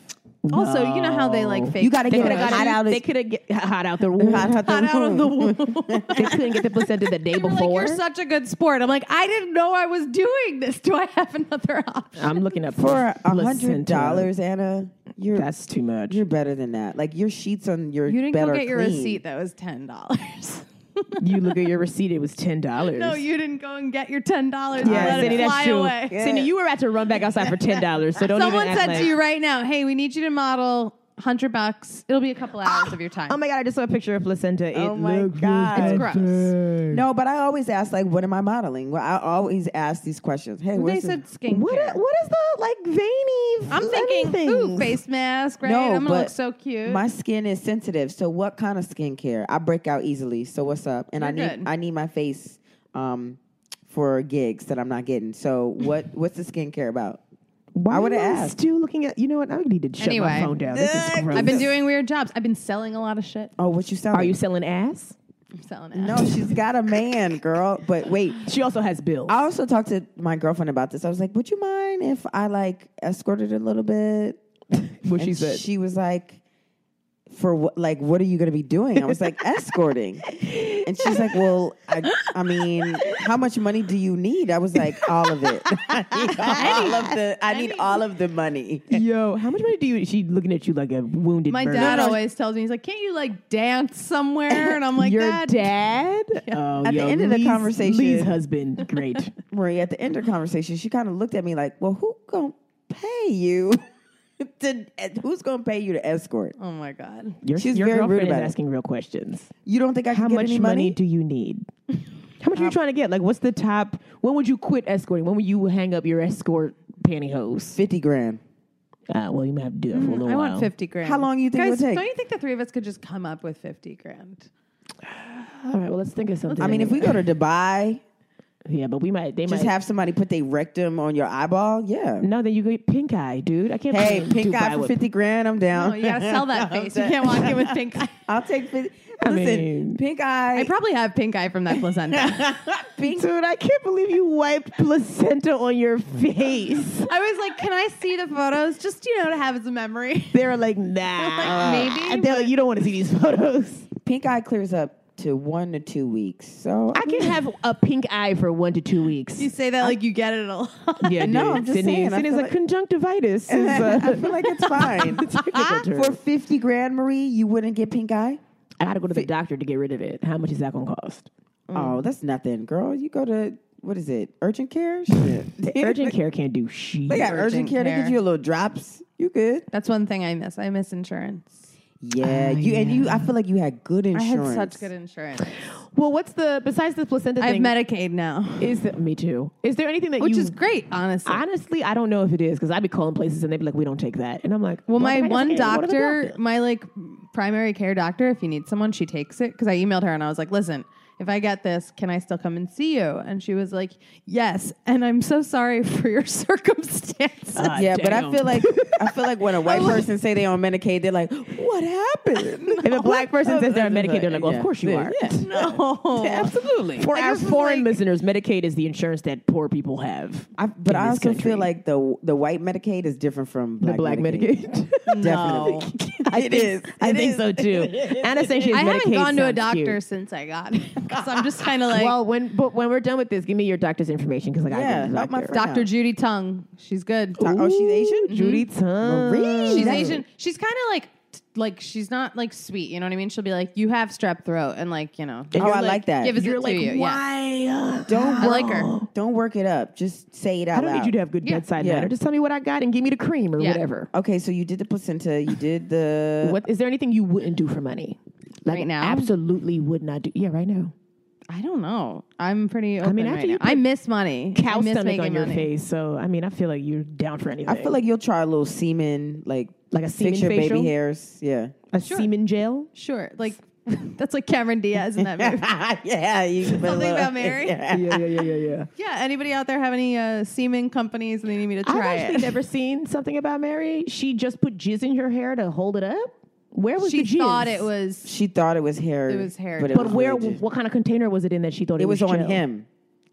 Speaker 3: Also, you know how they like fake
Speaker 1: You gotta
Speaker 2: They
Speaker 1: get
Speaker 2: could
Speaker 1: it
Speaker 2: have
Speaker 1: hot
Speaker 2: got
Speaker 1: out.
Speaker 2: out.
Speaker 1: of-
Speaker 2: They could have get hot out the womb.
Speaker 1: hot out the
Speaker 3: hot out of the
Speaker 1: womb.
Speaker 3: womb.
Speaker 2: They couldn't get the placenta the day
Speaker 3: They were
Speaker 2: before.
Speaker 3: Like, You're such a good sport. I'm like, I didn't know I was doing this. Do I have another option?
Speaker 2: I'm looking up
Speaker 1: for a
Speaker 2: placenta.
Speaker 1: hundred dollars, Anna. You're
Speaker 2: That's too much.
Speaker 1: you're better than that. Like your sheets on your
Speaker 3: You didn't
Speaker 1: bed
Speaker 3: go
Speaker 1: are
Speaker 3: get your
Speaker 1: clean.
Speaker 3: receipt. That was ten dollars.
Speaker 2: you look at your receipt. It was ten dollars.
Speaker 3: no, you didn't go and get your ten dollars.
Speaker 1: Yeah,
Speaker 3: let
Speaker 1: Cindy,
Speaker 3: it
Speaker 2: that's
Speaker 3: fly
Speaker 2: true.
Speaker 3: away.
Speaker 1: Yeah.
Speaker 2: Cindy, you were about to run back outside for ten dollars. So don't
Speaker 3: Someone
Speaker 2: even act
Speaker 3: said
Speaker 2: like,
Speaker 3: to you right now, "Hey, we need you to model hundred bucks. It'll be a couple
Speaker 1: Ah,
Speaker 3: hours of your time."
Speaker 2: Oh my god! I just saw a picture of placenta. It
Speaker 1: Oh my
Speaker 2: looked
Speaker 1: God.
Speaker 2: really
Speaker 1: It's
Speaker 3: gross.
Speaker 2: bad.
Speaker 1: No, but I always ask like, what am I modeling? Well, I always ask these questions. Hey,
Speaker 3: they
Speaker 1: where's
Speaker 3: said
Speaker 1: the-
Speaker 3: skincare.
Speaker 2: What a- what is the like veiny?
Speaker 3: I'm thinking,
Speaker 2: anything?
Speaker 3: ooh, face mask, right?
Speaker 1: No,
Speaker 3: I'm gonna
Speaker 1: but
Speaker 3: look so cute.
Speaker 1: My skin is sensitive, so what kind of skincare? I break out easily, so what's up? And I
Speaker 3: You're
Speaker 1: need
Speaker 3: good.
Speaker 1: I need my face um, for gigs that I'm not getting. So what what's the skincare about?
Speaker 2: Why
Speaker 1: I would've
Speaker 2: am
Speaker 1: asked.
Speaker 2: Still looking at. You know what? I need to shut
Speaker 3: Anyway.
Speaker 2: my phone down. This is
Speaker 1: Ugh,
Speaker 2: gross.
Speaker 3: I've been doing weird jobs. I've been selling a lot of shit.
Speaker 1: Oh, what you selling?
Speaker 2: Are you selling ass?
Speaker 3: I'm selling
Speaker 1: no?
Speaker 3: ass.
Speaker 1: She's got a man, girl. But wait,
Speaker 2: She also has bills.
Speaker 1: I also talked to my girlfriend about this. I was like, would you mind if I like escorted a little bit?
Speaker 2: what she
Speaker 1: And
Speaker 2: said.
Speaker 1: She was like, for what? Like, what are you going to be doing? I was like, escorting. And she's like, well, I, I mean, how much money do you need? I was like, all of it. I need all of the. I need all of the money.
Speaker 2: Yo, how much money do you? She looking at you like a wounded.
Speaker 3: My
Speaker 2: bird.
Speaker 3: dad always tells me, he's like, "Can't you like dance somewhere?" And I'm like,
Speaker 2: Your
Speaker 3: "Dad,
Speaker 2: dad. Oh,
Speaker 1: At the
Speaker 2: yo,
Speaker 1: end of the
Speaker 2: Lee's-
Speaker 1: conversation-
Speaker 2: Lee's husband. Great.
Speaker 1: Marie, at the end of the conversation, she kind of looked at me like, well, who gonna pay you? to, who's gonna pay you to escort?
Speaker 3: oh my god."
Speaker 2: Your,
Speaker 1: She's
Speaker 2: your
Speaker 1: very rude
Speaker 2: girlfriend is
Speaker 1: about it.
Speaker 2: asking real questions.
Speaker 1: You don't think I can
Speaker 2: How
Speaker 1: get
Speaker 2: much
Speaker 1: any
Speaker 2: money? Um,
Speaker 1: money?
Speaker 2: do you need? How much are you trying to get? Like, what's the top? When would you quit escorting? When would you hang up your escort pantyhose?
Speaker 1: Fifty grand.
Speaker 2: Uh, well, you may have to do it for a little
Speaker 3: Mm, I
Speaker 2: while.
Speaker 3: want 50 grand.
Speaker 1: Oh, How long you think it
Speaker 3: Guys,
Speaker 1: would take?
Speaker 3: Don't you think the three of us could just come up with 50 grand?
Speaker 2: All right. Well, let's think of something.
Speaker 1: I mean, if we go to Dubai,
Speaker 2: yeah, but we might. They
Speaker 1: just
Speaker 2: might.
Speaker 1: have somebody put their rectum on your eyeball. Yeah.
Speaker 2: no, then you get pink eye, dude. I can't.
Speaker 1: Hey,
Speaker 2: believe
Speaker 1: pink
Speaker 2: Dubai
Speaker 1: eye for
Speaker 2: would-
Speaker 1: fifty grand. I'm
Speaker 3: No,
Speaker 1: down.
Speaker 3: you gotta sell that face. You can't walk in with pink eye.
Speaker 1: I'll take fifty. Listen,
Speaker 2: mean-
Speaker 1: pink eye.
Speaker 3: I probably have pink eye from that placenta.
Speaker 1: pink.
Speaker 2: Dude, I can't believe you wiped placenta on your face.
Speaker 3: I was like, can I see the photos? Just, you know, to have as a memory.
Speaker 2: they were like, nah.
Speaker 3: Like, maybe,
Speaker 2: And they're like, you don't want to see these photos.
Speaker 1: Pink eye clears up to one to two weeks. So
Speaker 2: I can have a pink eye for one to two weeks.
Speaker 3: You say that like you get it a lot.
Speaker 2: Yeah,
Speaker 1: No,
Speaker 2: dude.
Speaker 1: I'm just
Speaker 2: Sydney,
Speaker 1: saying, I
Speaker 2: Sydney's
Speaker 1: feel
Speaker 2: like,
Speaker 1: like-
Speaker 2: conjunctivitis is
Speaker 1: I
Speaker 2: uh,
Speaker 1: feel like it's fine. Ah,
Speaker 2: technical term.
Speaker 1: For fifty grand, Marie, you wouldn't get pink eye.
Speaker 2: I got to go to the doctor to get rid of it. How much is that going to cost?
Speaker 1: Oh, that's nothing, girl. You go to what is it? Urgent care? Shit.
Speaker 2: The urgent care can't do shit.
Speaker 1: They got urgent,
Speaker 3: Urgent
Speaker 1: care. They
Speaker 3: care.
Speaker 1: get you a little drops. You good?
Speaker 3: That's one thing I miss. I miss insurance.
Speaker 1: Yeah. you and you. I feel like you had good insurance.
Speaker 3: I had such good insurance.
Speaker 2: Well, what's the besides the placenta
Speaker 3: I have
Speaker 2: thing?
Speaker 3: Medicaid now,
Speaker 2: is the, me too. Is there anything that
Speaker 3: which
Speaker 2: you,
Speaker 3: is great, honestly.
Speaker 2: Honestly, I don't know if it is because I'd be calling places and they'd be like, "We don't take that," and I'm like,
Speaker 3: Well,
Speaker 2: "Why
Speaker 3: my
Speaker 2: the heck
Speaker 3: one
Speaker 2: is it? Go to the
Speaker 3: doctor, my like primary care doctor, if you need someone, she takes it. Cause I emailed her and I was like, listen, if I get this, can I still come and see you? And she was like, yes. And I'm so sorry for your circumstances.
Speaker 2: Uh,
Speaker 1: Yeah, but I
Speaker 2: Damn.
Speaker 1: feel like I feel like when a white person say they on Medicaid, they're like, "What happened?"
Speaker 2: If a black person says they're on
Speaker 1: Yeah.
Speaker 2: Medicaid, they're like, "Well, of course you
Speaker 1: Yeah.
Speaker 2: are."
Speaker 1: Yeah.
Speaker 3: no.
Speaker 1: Absolutely.
Speaker 2: For
Speaker 3: Like,
Speaker 2: our
Speaker 3: this is
Speaker 2: foreign
Speaker 3: like-
Speaker 2: listeners, Medicaid is the insurance that poor people have.
Speaker 1: I, but
Speaker 2: in
Speaker 1: I
Speaker 2: this
Speaker 1: also
Speaker 2: country.
Speaker 1: feel like the the white Medicaid is different from
Speaker 2: the black
Speaker 1: black Medicaid.
Speaker 2: Medicaid.
Speaker 1: Definitely.
Speaker 2: I
Speaker 1: It
Speaker 2: think,
Speaker 1: is.
Speaker 2: I
Speaker 1: It
Speaker 2: think
Speaker 1: is.
Speaker 2: so too. Anna says she has
Speaker 3: I haven't
Speaker 2: Medicaid
Speaker 3: gone to a
Speaker 2: sounds
Speaker 3: doctor
Speaker 2: cute.
Speaker 3: since I got it. 'Cause I'm just kind of like
Speaker 2: well, when but when we're done with this, give me your doctor's information because like I
Speaker 1: Yeah,
Speaker 2: got
Speaker 1: help my
Speaker 2: doctor.
Speaker 1: friend.
Speaker 3: Dr. Judy Tongue. She's good.
Speaker 1: Oh, she's Asian.
Speaker 2: Judy Tongue.
Speaker 1: Marie.
Speaker 3: She's
Speaker 1: That's-
Speaker 3: Asian. She's kind of like t- like she's not like sweet. You know what I mean? She'll be like, "You have strep throat," and like you know.
Speaker 1: Oh, I like that.
Speaker 3: Give us it to you. Yeah.
Speaker 2: Why? uh,
Speaker 1: Don't
Speaker 3: I
Speaker 1: work,
Speaker 3: like her.
Speaker 1: Don't work it up. Just say it out
Speaker 2: I don't
Speaker 1: loud.
Speaker 2: need you to have good
Speaker 3: Yeah.
Speaker 2: bedside
Speaker 1: Yeah.
Speaker 2: manner. Just tell me what I got and give me the cream or
Speaker 3: Yeah.
Speaker 2: whatever.
Speaker 1: Okay, so you did the placenta. You did the.
Speaker 2: What is there anything you wouldn't do for money? Like
Speaker 3: Right now?
Speaker 2: absolutely would not do. Yeah, right now.
Speaker 3: I don't know. I'm pretty. Open I
Speaker 2: mean,
Speaker 3: mean,
Speaker 2: after
Speaker 3: right
Speaker 2: you
Speaker 3: now.
Speaker 2: put
Speaker 3: I miss money. I
Speaker 2: Cow
Speaker 3: miss
Speaker 2: stomach
Speaker 3: making
Speaker 2: on your
Speaker 3: money.
Speaker 2: face. So I mean, I feel like you're down for anything.
Speaker 1: I feel like you'll try a little semen, like
Speaker 2: Like a semen
Speaker 1: fix your
Speaker 2: facial?
Speaker 1: baby hairs. Yeah.
Speaker 2: a semen gel.
Speaker 3: Sure, like that's like Cameron Diaz in that movie.
Speaker 1: yeah. You
Speaker 3: Something about Mary. Yeah.
Speaker 2: yeah, yeah, yeah, yeah, yeah.
Speaker 3: Anybody out there have any uh, semen companies and they need me to
Speaker 2: I've
Speaker 3: try
Speaker 2: actually
Speaker 3: it?
Speaker 2: never seen something about Mary. She just put jizz in her hair to hold it up. Where was
Speaker 3: she
Speaker 2: the jizz?
Speaker 3: thought it was.
Speaker 1: She thought it was hair.
Speaker 3: It was hair.
Speaker 1: But, it
Speaker 2: But
Speaker 1: was
Speaker 2: where?
Speaker 1: really just-
Speaker 2: What kind of container was it in that she thought it,
Speaker 1: it was on
Speaker 2: gel?
Speaker 1: him.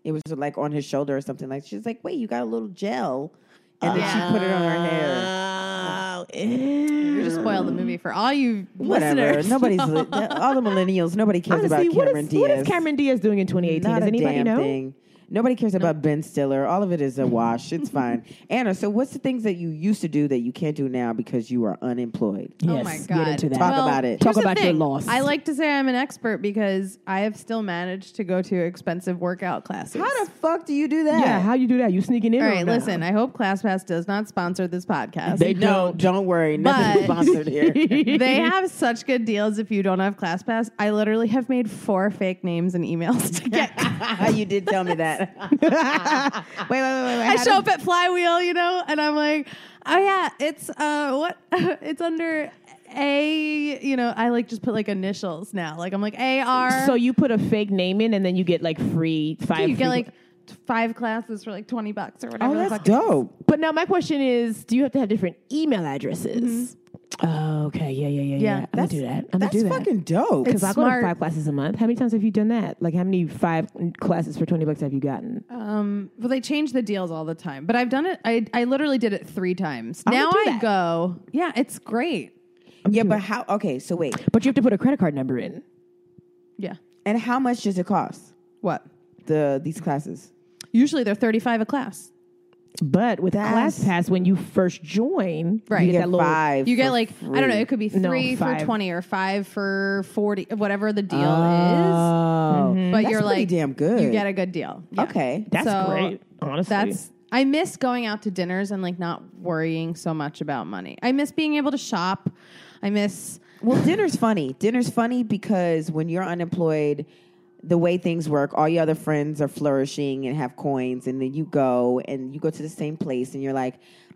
Speaker 1: It was like on his shoulder or something. Like she's like, wait, you got a little gel, and then she put it on her hair.
Speaker 2: Oh,
Speaker 3: You just spoiled the movie for all you
Speaker 1: Whatever.
Speaker 3: listeners.
Speaker 1: Nobody's li- all the millennials. Nobody cares
Speaker 2: Honestly,
Speaker 1: about
Speaker 2: what
Speaker 1: Cameron
Speaker 2: is,
Speaker 1: Diaz.
Speaker 2: what is Cameron Diaz doing in 2018?
Speaker 1: Not
Speaker 2: Does
Speaker 1: a
Speaker 2: anybody
Speaker 1: damn
Speaker 2: know?
Speaker 1: thing. Nobody cares about Ben Stiller. All of it is a wash. It's fine. Anna, so what's the things that you used to do that you can't do now because you are unemployed?
Speaker 3: oh my god!
Speaker 2: Get into that.
Speaker 1: Talk about it.
Speaker 2: Talk
Speaker 3: here's the
Speaker 2: about your
Speaker 3: thing.
Speaker 2: loss.
Speaker 3: I like to say I'm an expert because I have still managed to go to expensive workout classes.
Speaker 1: How the fuck do you do that?
Speaker 2: yeah, how you do that? You sneaking in?
Speaker 3: All
Speaker 2: on
Speaker 3: right,
Speaker 2: that?
Speaker 3: listen. I hope ClassPass does not sponsor this podcast.
Speaker 2: They
Speaker 1: no,
Speaker 2: don't.
Speaker 1: don't, worry. Nothing's
Speaker 3: But-
Speaker 1: sponsored here.
Speaker 3: they have such good deals if you don't have ClassPass. I literally have made four fake names and emails to get.
Speaker 1: you did tell me that.
Speaker 2: Wait, wait, wait, wait. wait.
Speaker 3: I
Speaker 2: How
Speaker 3: show
Speaker 2: did-
Speaker 3: up at Flywheel, you know, and I'm like, oh yeah, it's uh what? it's under A. You know, I like just put like initials now. Like I'm like A R.
Speaker 2: So you put a fake name in, and then you get like free five.
Speaker 3: you
Speaker 2: free-
Speaker 3: get like t- five classes for like twenty bucks or whatever.
Speaker 1: Oh,
Speaker 3: the
Speaker 1: that's
Speaker 3: fuck.
Speaker 1: dope.
Speaker 2: But now my question is, do you have to have different email addresses? Oh, okay. Yeah, yeah, yeah, yeah.
Speaker 3: Yeah,
Speaker 2: I'm gonna
Speaker 1: That's-
Speaker 2: do that. I'm gonna
Speaker 1: that's
Speaker 2: do that.
Speaker 1: fucking dope.
Speaker 2: because I go to
Speaker 3: smart.
Speaker 2: five classes a month. How many times have you done that? Like, how many five classes for twenty bucks have you gotten?
Speaker 3: Um, well, they change the deals all the time, but I've done it. I I literally did it three times.
Speaker 2: gonna
Speaker 3: now
Speaker 2: do
Speaker 3: I
Speaker 2: that.
Speaker 3: go. Yeah, it's great.
Speaker 1: yeah, but how? Okay, so wait.
Speaker 2: But you have to put a credit card number in.
Speaker 3: Yeah.
Speaker 1: And how much does it cost?
Speaker 3: What?
Speaker 1: The these classes.
Speaker 3: Usually they're thirty five a class.
Speaker 2: But with
Speaker 1: That's-
Speaker 2: ClassPass, when you first join,
Speaker 3: Right.
Speaker 2: you
Speaker 3: You
Speaker 2: get
Speaker 1: You
Speaker 2: that
Speaker 1: get
Speaker 2: little
Speaker 1: five.
Speaker 3: You get
Speaker 1: for
Speaker 3: like I don't know. It could be
Speaker 2: No,
Speaker 3: three for
Speaker 2: five.
Speaker 3: twenty or five for forty, whatever the deal is.
Speaker 1: Oh,
Speaker 3: But
Speaker 1: that's
Speaker 3: you're
Speaker 1: pretty
Speaker 3: like
Speaker 1: damn good.
Speaker 3: You get a good deal. Yeah.
Speaker 1: okay.
Speaker 2: That's
Speaker 3: So,
Speaker 2: great. Honestly,
Speaker 3: That's I miss going out to dinners and like not worrying so much about money. I miss being able to shop. I miss
Speaker 1: Well, dinner's funny. Dinner's funny because when you're unemployed, the way things work, all your other friends are flourishing and have coins, and then you go and you go to the same place, and you're like,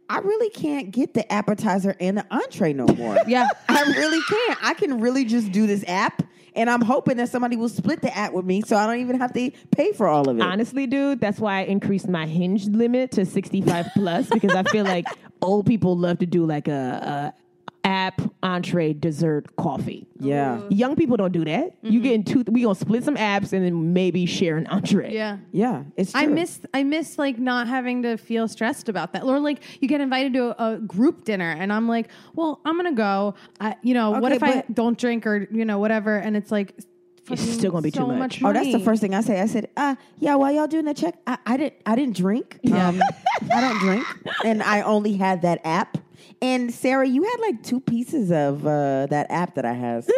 Speaker 1: I really can't get the appetizer and the entree no more.
Speaker 3: Yeah.
Speaker 1: I really can't. I can really just do this app, and I'm hoping that somebody will split the app with me, so I don't even have to pay for all of it.
Speaker 2: honestly, dude, that's why I increased my hinge limit to sixty-five plus because I feel like old people love to do like a, a app entree dessert coffee.
Speaker 1: yeah,
Speaker 2: Young people don't do that. You
Speaker 3: Mm-hmm.
Speaker 2: getting two? We gonna split some apps and then maybe share an entree.
Speaker 3: yeah.
Speaker 1: yeah. It's true.
Speaker 3: I miss I miss like not having to feel stressed about that. Or like you get invited to a, a group dinner and I'm like, well, I'm gonna go. I, you know, what
Speaker 1: Okay,
Speaker 3: if I
Speaker 1: but-
Speaker 3: don't drink or you know whatever? And it's like, fucking
Speaker 2: still gonna be
Speaker 3: so
Speaker 2: too much.
Speaker 3: much.
Speaker 1: Oh, that's the
Speaker 3: money.
Speaker 1: first thing I say. I said, uh, yeah, while y'all doing the check, I, I didn't I didn't drink. Um, I don't drink. And I only had that app. And Sarah, you had like two pieces of uh, that app that I have. So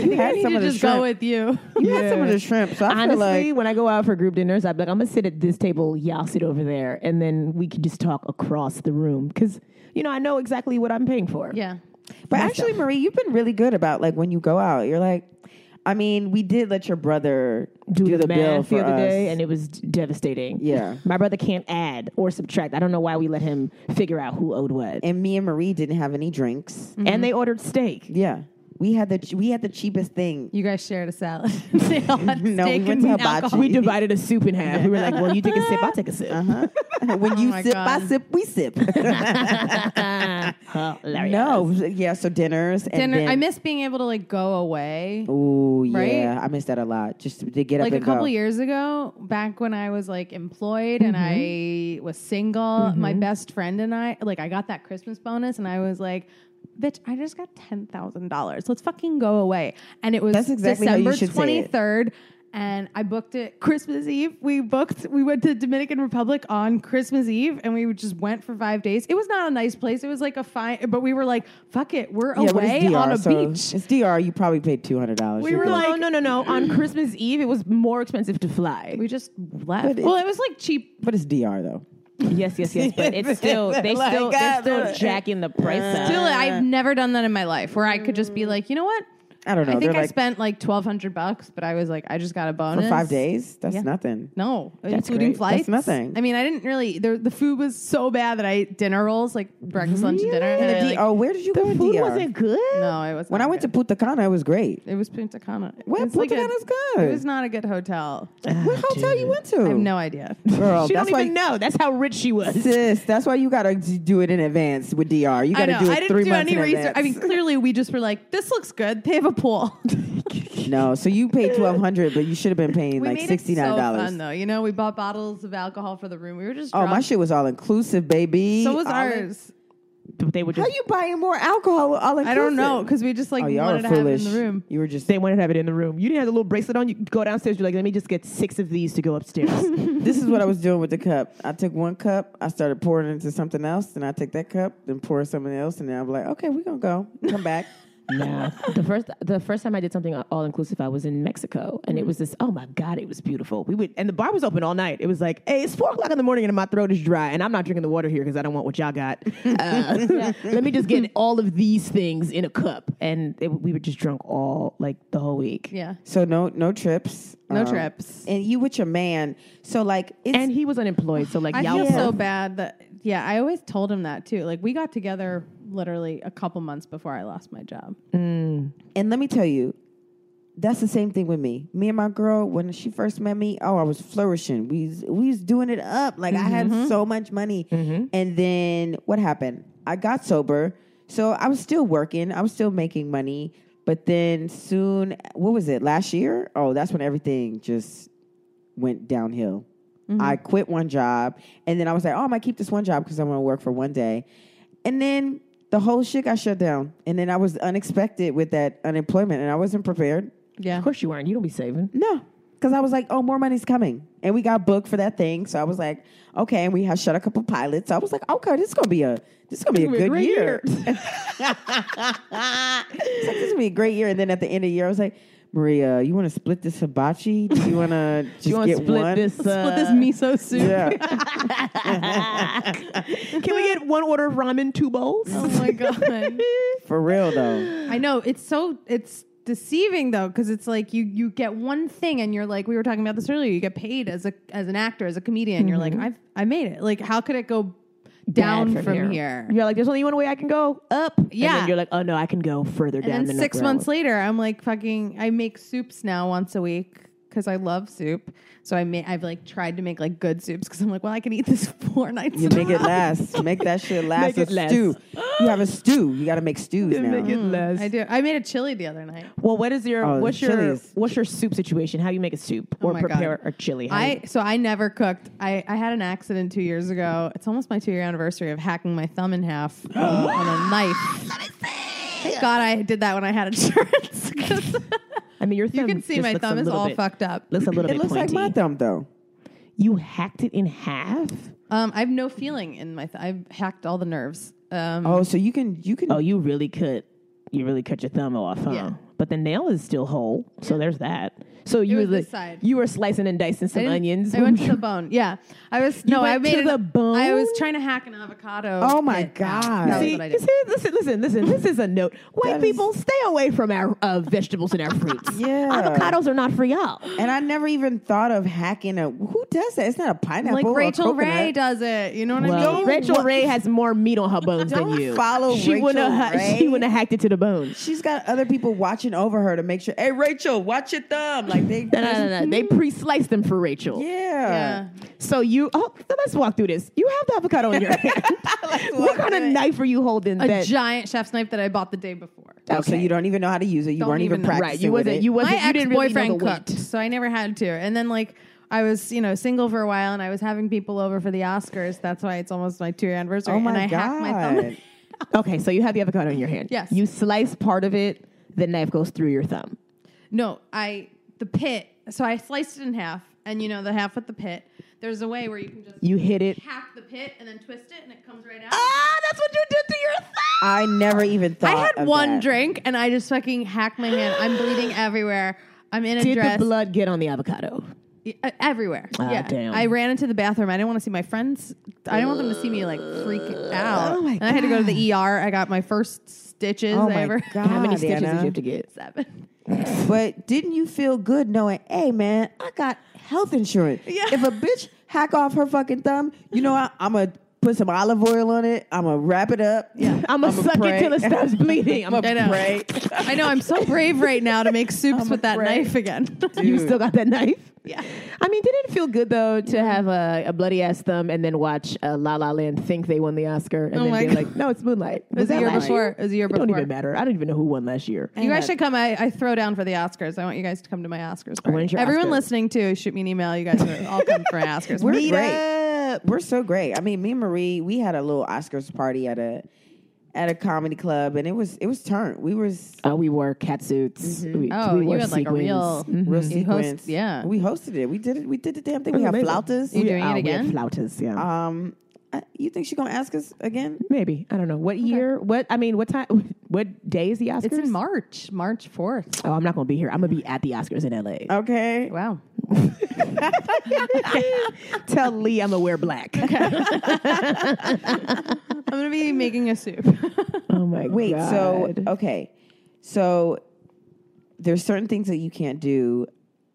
Speaker 1: you
Speaker 3: I
Speaker 1: had
Speaker 3: need
Speaker 1: some
Speaker 3: to
Speaker 1: of the
Speaker 3: just go
Speaker 1: shrimp.
Speaker 3: with you.
Speaker 1: You had some of the shrimp. So I
Speaker 2: Honestly,
Speaker 1: feel like
Speaker 2: when I go out for group dinners, I'm like, I'm gonna sit at this table, y'all sit over there, and then we could just talk across the room because you know I know exactly what I'm paying for.
Speaker 3: yeah.
Speaker 1: But actually, Marie, you've been really good about like when you go out, you're like, I mean, we did let your brother
Speaker 2: do,
Speaker 1: do,
Speaker 2: the,
Speaker 1: the,
Speaker 2: math
Speaker 1: bill for
Speaker 2: the other
Speaker 1: us.
Speaker 2: day, and it was devastating.
Speaker 1: Yeah.
Speaker 2: my brother can't add or subtract. I don't know why we let him figure out who owed what. And,
Speaker 1: and me and Marie didn't have any drinks.
Speaker 2: they ordered steak.
Speaker 1: Yeah. We had the we had the cheapest thing.
Speaker 3: You guys shared a salad. They all had
Speaker 1: No, we
Speaker 3: steak
Speaker 1: went to
Speaker 3: and
Speaker 1: hibachi.
Speaker 3: alcohol.
Speaker 2: We divided a soup in half. We were like, "Well, you take a sip, I'll take a sip."
Speaker 1: when you
Speaker 3: my
Speaker 1: sip, I
Speaker 3: God.
Speaker 1: sip, we sip.
Speaker 2: Hilarious.
Speaker 1: No, yeah. So dinners and
Speaker 3: Dinner.
Speaker 1: Then,
Speaker 3: I miss being able to like go away.
Speaker 1: Ooh,
Speaker 3: Right?
Speaker 1: yeah, I miss that a lot. Just to get
Speaker 3: like
Speaker 1: up
Speaker 3: a
Speaker 1: and go.
Speaker 3: couple years ago, back when I was like employed and I was single, my best friend and I, like, I got that Christmas bonus and I was like, bitch, I just got $10,000. Let's fucking go away. And it was
Speaker 1: That's exactly how you
Speaker 3: December
Speaker 1: should say it.
Speaker 3: 23rd. and I booked it Christmas Eve. We booked, we went to Dominican Republic on Christmas Eve and we just went for five days. It was not a nice place. It was like a fine, but we were like, fuck it, we're
Speaker 1: Yeah, but
Speaker 3: away
Speaker 1: it's DR,
Speaker 3: on a
Speaker 1: so
Speaker 3: beach.
Speaker 1: It's DR. You probably paid two hundred dollars.
Speaker 3: We were
Speaker 2: No,
Speaker 3: like-
Speaker 2: no, no, no. On Christmas Eve, it was more expensive to fly.
Speaker 3: We just left.
Speaker 1: it-
Speaker 3: well, it was like cheap.
Speaker 1: but it's DR though.
Speaker 2: yes, yes, yes. But it's still they
Speaker 1: Like,
Speaker 2: still
Speaker 1: God,
Speaker 2: they're still
Speaker 1: look.
Speaker 2: jacking the price up.
Speaker 3: Still, I've never done that in my life where I could just be like, you know what?
Speaker 1: I don't know.
Speaker 3: I think
Speaker 1: They're
Speaker 3: I
Speaker 1: like
Speaker 3: spent like twelve hundred bucks, but I was like, I just got a bonus
Speaker 1: for five days. That's
Speaker 3: Yeah.
Speaker 1: nothing.
Speaker 3: No, including
Speaker 1: great.
Speaker 3: flights.
Speaker 1: That's nothing.
Speaker 3: I mean, I didn't really. The, the food was so bad that I ate dinner rolls, like breakfast, lunch, and dinner. And I,
Speaker 1: And the
Speaker 3: like,
Speaker 1: DR. oh, Where did you go? in
Speaker 2: Food
Speaker 1: DR?
Speaker 2: wasn't good.
Speaker 3: no, it was.
Speaker 1: When
Speaker 3: not
Speaker 1: I went
Speaker 3: good.
Speaker 1: to Punta Cana, it was great.
Speaker 3: it was Punta Cana.
Speaker 1: Well,
Speaker 3: It's like
Speaker 1: Punta
Speaker 3: a-
Speaker 1: Cana's good.
Speaker 3: It was not a good hotel.
Speaker 1: what hotel you went to?
Speaker 3: I have no idea.
Speaker 1: Girl,
Speaker 2: She
Speaker 1: that's
Speaker 2: don't
Speaker 1: why
Speaker 2: even know. That's how rich she was.
Speaker 1: Sis, that's why you gotta d- do it in advance with DR. You
Speaker 3: I
Speaker 1: gotta
Speaker 3: know.
Speaker 1: do it
Speaker 3: I didn't
Speaker 1: three
Speaker 3: do
Speaker 1: months
Speaker 3: any
Speaker 1: in
Speaker 3: research. I mean,
Speaker 1: advance.
Speaker 3: clearly we just were like, this looks good. They have a pool.
Speaker 1: no, so you paid twelve hundred, but you should have been paying
Speaker 3: we
Speaker 1: like
Speaker 3: made
Speaker 1: sixty nine
Speaker 3: it so fun
Speaker 1: dollars.
Speaker 3: though. You know, we bought bottles of alcohol for the room. We were just
Speaker 1: oh,
Speaker 3: drunk.
Speaker 1: my shit was all inclusive, baby.
Speaker 3: So was
Speaker 1: All in-
Speaker 3: ours.
Speaker 2: But they were
Speaker 1: How
Speaker 2: just
Speaker 1: you buying more alcohol all inclusive?
Speaker 3: I don't know because we just like
Speaker 1: Oh, y'all
Speaker 3: wanted
Speaker 1: are
Speaker 3: to have it
Speaker 1: foolish.
Speaker 3: in the room.
Speaker 1: You were just.
Speaker 2: they wanted to have it in the room. You didn't have the little bracelet on. You go downstairs. You're like, let me just get six of these to go upstairs.
Speaker 1: this is what I was doing with the cup. I took one cup, I started pouring it into something else, then I take that cup, then pour something else, and then I'm like, okay, we're gonna go, come back.
Speaker 2: nah. The first the first time I did something all inclusive, I was in Mexico, and it was this. Oh my god, it was beautiful. We would, and the bar was open all night. It was like, hey, it's four o'clock in the morning, and my throat is dry, and I'm not drinking the water here because I don't want what y'all got. Uh, Let me just get all of these things in a cup, and it, we were just drunk all like the whole week.
Speaker 3: Yeah.
Speaker 1: So no, no trips, Um,
Speaker 3: No trips.
Speaker 1: and you with your man. So like, it's,
Speaker 2: And he was unemployed, so like
Speaker 3: I
Speaker 2: y'all
Speaker 3: feel
Speaker 2: both-
Speaker 3: so bad that yeah, I always told him that too. Like we got together literally a couple months before I lost my job.
Speaker 1: And let me tell you, that's the same thing with me. Me and my girl, when she first met me, oh, I was flourishing. We was- we was doing it up. Like I had so much money. And then what happened? I got sober, so I was still working. I was still making money. But then soon, what was it? Last year? Oh, that's when everything just went downhill. I quit one job, and then I was like, "Oh, I might keep this one job because I'm going to work for one day." And then the whole shit got shut down, and then I was unexpected with that unemployment, and I wasn't prepared.
Speaker 3: Yeah.
Speaker 2: Of course you weren't. You don't be saving.
Speaker 1: No, because I was like, "Oh, more money's coming," and we got booked for that thing. So I was like, "Okay," and we had shut a couple pilots. So I was like, "Okay, this is gonna be a this is gonna be a
Speaker 2: It's
Speaker 1: good
Speaker 2: gonna be a
Speaker 1: year."
Speaker 2: great
Speaker 1: It's like, this is gonna be a great year. And then at the end of the year, I was like, "Maria, you want to split this hibachi? Do you want to just
Speaker 2: you want to
Speaker 1: get
Speaker 2: split
Speaker 1: one?"
Speaker 2: this?
Speaker 3: Split
Speaker 2: Uh,
Speaker 3: this miso soup.
Speaker 1: yeah.
Speaker 2: Can we get one order of ramen, two bowls?
Speaker 3: Oh my god.
Speaker 1: For real though.
Speaker 3: I know it's so it's deceiving though because it's like you you get one thing and you're like we were talking about this earlier you get paid as a as an actor as a comedian you're like I've I made it like how could it go down from, here,
Speaker 2: You're like, there's only one way I can go up.
Speaker 3: Yeah.
Speaker 2: And then you're like, oh no, I can go further down.
Speaker 3: and
Speaker 2: the
Speaker 3: then six
Speaker 2: road.
Speaker 3: months later I'm like fucking I make soups now once a week because I love soup so I may I've like tried to make like good soups because I'm like well I can eat this four nights
Speaker 1: You
Speaker 3: in a
Speaker 1: make it last. Make that shit last.
Speaker 2: Make it
Speaker 1: A
Speaker 2: last.
Speaker 1: stew. You have a stew. You got to make stews now. Mm.
Speaker 3: row. hmm, I do I made a chili the other night
Speaker 2: Well, what is your
Speaker 1: Oh,
Speaker 2: what's
Speaker 1: the
Speaker 2: your
Speaker 1: chilies.
Speaker 2: what's your soup situation? How you make a soup or
Speaker 3: Oh my God.
Speaker 2: prepare a chili? How you-
Speaker 3: I so I never cooked. I, I had an accident two years ago. It's almost my two year anniversary of hacking my thumb in half uh, on a knife. Thank God I did that when I had insurance. 'Cause
Speaker 2: I mean, your thumb
Speaker 3: you can see
Speaker 2: just
Speaker 3: my
Speaker 2: looks
Speaker 3: thumb
Speaker 2: a
Speaker 3: is
Speaker 2: little
Speaker 3: all
Speaker 2: bit-
Speaker 3: fucked up.
Speaker 2: Looks a little
Speaker 1: It
Speaker 2: bit
Speaker 1: looks like
Speaker 2: pointy.
Speaker 1: my thumb though.
Speaker 2: You hacked it in half.
Speaker 3: Um, I have no feeling in my. Th- I've hacked all the nerves. Um,
Speaker 1: Oh, so you can you can.
Speaker 2: Oh, you really cut. You really cut your thumb off, huh?
Speaker 3: Yeah.
Speaker 2: But the nail is still whole, so there's that. So you
Speaker 3: was
Speaker 2: were the-
Speaker 3: this side.
Speaker 2: you were slicing and dicing
Speaker 3: I
Speaker 2: some
Speaker 3: didn't-
Speaker 2: onions.
Speaker 3: I went to the bone. Yeah, I was no.
Speaker 2: went
Speaker 3: I made
Speaker 2: to
Speaker 3: it-
Speaker 2: the bone?
Speaker 3: I was trying to hack an avocado.
Speaker 1: Oh my
Speaker 3: It- yeah,
Speaker 1: God.
Speaker 3: That was
Speaker 2: See,
Speaker 3: what I did.
Speaker 2: see, listen, listen, listen. This is a note. White
Speaker 1: That is-
Speaker 2: people, stay away from our uh, vegetables and our fruits.
Speaker 1: Yeah.
Speaker 2: Avocados are not for y'all.
Speaker 1: And I never even thought of hacking a. Who does that? It's not a pineapple.
Speaker 3: Like
Speaker 1: or a
Speaker 3: Rachel Ray
Speaker 1: coconut.
Speaker 3: does it. You know what I
Speaker 2: Well,
Speaker 3: mean?
Speaker 2: Rachel Ray has more meat on her bones
Speaker 1: Don't
Speaker 2: than you.
Speaker 1: follow
Speaker 2: she
Speaker 1: Rachel
Speaker 2: wouldn't have,
Speaker 1: Ray.
Speaker 2: She wouldn't have hacked it to the bone.
Speaker 1: She's got other people watching over her to make sure. Hey, Rachel, watch your thumb. Like they.
Speaker 2: No, no, no, no. They pre-sliced them for Rachel.
Speaker 1: Yeah.
Speaker 3: Yeah.
Speaker 2: So you, oh, so let's walk through this. You have the avocado in your hand. what kind of knife are you holding?
Speaker 3: A
Speaker 2: that,
Speaker 3: giant chef's knife that I bought the day before.
Speaker 1: Oh, so
Speaker 2: Okay.
Speaker 1: you don't even know how to use it. You
Speaker 3: Don't
Speaker 1: weren't even,
Speaker 3: even know. Right,
Speaker 1: practicing.
Speaker 2: right? You
Speaker 1: with
Speaker 2: wasn't.
Speaker 1: it.
Speaker 2: You wasn't.
Speaker 3: my
Speaker 2: you
Speaker 3: ex
Speaker 2: didn't really know
Speaker 3: boyfriend
Speaker 2: the weight.
Speaker 3: cooked, so I never had to. And then like I was, you know, single for a while, and I was having people over for the Oscars. That's why it's almost my two year anniversary.
Speaker 1: Oh my
Speaker 3: and I hacked
Speaker 1: god.
Speaker 3: my thumb.
Speaker 2: Okay, so you have the avocado in your hand.
Speaker 3: Yes.
Speaker 2: You slice part of it. The knife goes through your thumb.
Speaker 3: no, I the pit. So I sliced it in half, and you know the half with the pit. There's a way where you can just
Speaker 2: You hit it.
Speaker 3: hack the pit and then twist it, and it comes right out.
Speaker 2: Ah, that's what you did to your thumb.
Speaker 1: I never even thought.
Speaker 3: I had
Speaker 1: of
Speaker 3: one
Speaker 1: that.
Speaker 3: drink, and I just fucking hacked my hand. I'm bleeding everywhere. I'm in a
Speaker 2: Did
Speaker 3: dress.
Speaker 2: the blood get on the avocado?
Speaker 3: Yeah, uh, everywhere.
Speaker 2: Ah,
Speaker 3: yeah.
Speaker 2: damn.
Speaker 3: I ran into the bathroom. I didn't want to see my friends. I didn't want them to see me like freak out.
Speaker 1: Oh, my
Speaker 3: and I had to go to the ER. I got my first stitches
Speaker 1: Oh
Speaker 3: I
Speaker 1: my
Speaker 3: ever
Speaker 1: god!
Speaker 2: How many stitches did
Speaker 1: Anna.
Speaker 2: you have to get?
Speaker 3: Seven.
Speaker 1: But didn't you feel good knowing, hey man, I got health insurance.
Speaker 3: Yeah.
Speaker 1: If a bitch hack off her fucking thumb, you know I, I'm gonna put some olive oil on it. I'm gonna wrap it up. Yeah.
Speaker 2: I'm gonna suck it till it stops bleeding. I'm
Speaker 3: I
Speaker 2: gonna
Speaker 3: know.
Speaker 2: pray.
Speaker 3: I know. I'm so brave right now to make soups
Speaker 1: I'm
Speaker 3: with that
Speaker 1: afraid.
Speaker 3: knife again.
Speaker 2: You still got that knife?
Speaker 3: yeah.
Speaker 2: I mean, didn't it feel good though to have a, a bloody ass thumb and then watch uh, La La Land think they won the Oscar and
Speaker 3: Oh
Speaker 2: then
Speaker 3: my
Speaker 2: be
Speaker 3: God.
Speaker 2: like, no, it's Moonlight.
Speaker 3: It was
Speaker 2: that
Speaker 3: the year
Speaker 2: last
Speaker 3: before. It was the year
Speaker 2: It
Speaker 3: before.
Speaker 2: don't even matter. I don't even know who won last year.
Speaker 3: You guys should come. I, I throw down for the Oscars. I want you guys to come to my Oscars. Party.
Speaker 2: When's your
Speaker 3: Everyone
Speaker 2: Oscar?
Speaker 3: listening too, shoot me an email. You guys are all come for an Oscars.
Speaker 1: We're
Speaker 3: party.
Speaker 1: great.
Speaker 2: great.
Speaker 1: We're so great. I mean, me and Marie, we had a little Oscars party at a at a comedy club, and it was it was turned. We was
Speaker 2: Oh, we wore catsuits. We,
Speaker 3: Oh,
Speaker 2: we
Speaker 3: you
Speaker 2: wore
Speaker 3: had, like, a
Speaker 2: sequins.
Speaker 3: real-
Speaker 2: Mhm.
Speaker 1: real
Speaker 3: You host-
Speaker 1: sequence.
Speaker 3: yeah.
Speaker 1: we hosted it. We did it. We did the damn thing. We had
Speaker 2: Amazing.
Speaker 1: flautas.
Speaker 3: You
Speaker 2: We-
Speaker 3: doing it
Speaker 2: oh, we had
Speaker 3: again?
Speaker 2: flautas, yeah.
Speaker 1: um, I- you think she gonna ask us again?
Speaker 2: Maybe I don't know what year. What I mean, what time? What day is the Oscars?
Speaker 3: It's in March, March fourth.
Speaker 2: Oh, I'm not gonna be here. I'm gonna be at the Oscars in LA.
Speaker 1: Okay.
Speaker 3: Wow.
Speaker 2: Tell Lee I'm gonna wear black.
Speaker 3: I'm gonna be making a soup.
Speaker 2: oh my
Speaker 1: Wait,
Speaker 2: god.
Speaker 1: so oh. okay. So there's certain things that you can't do.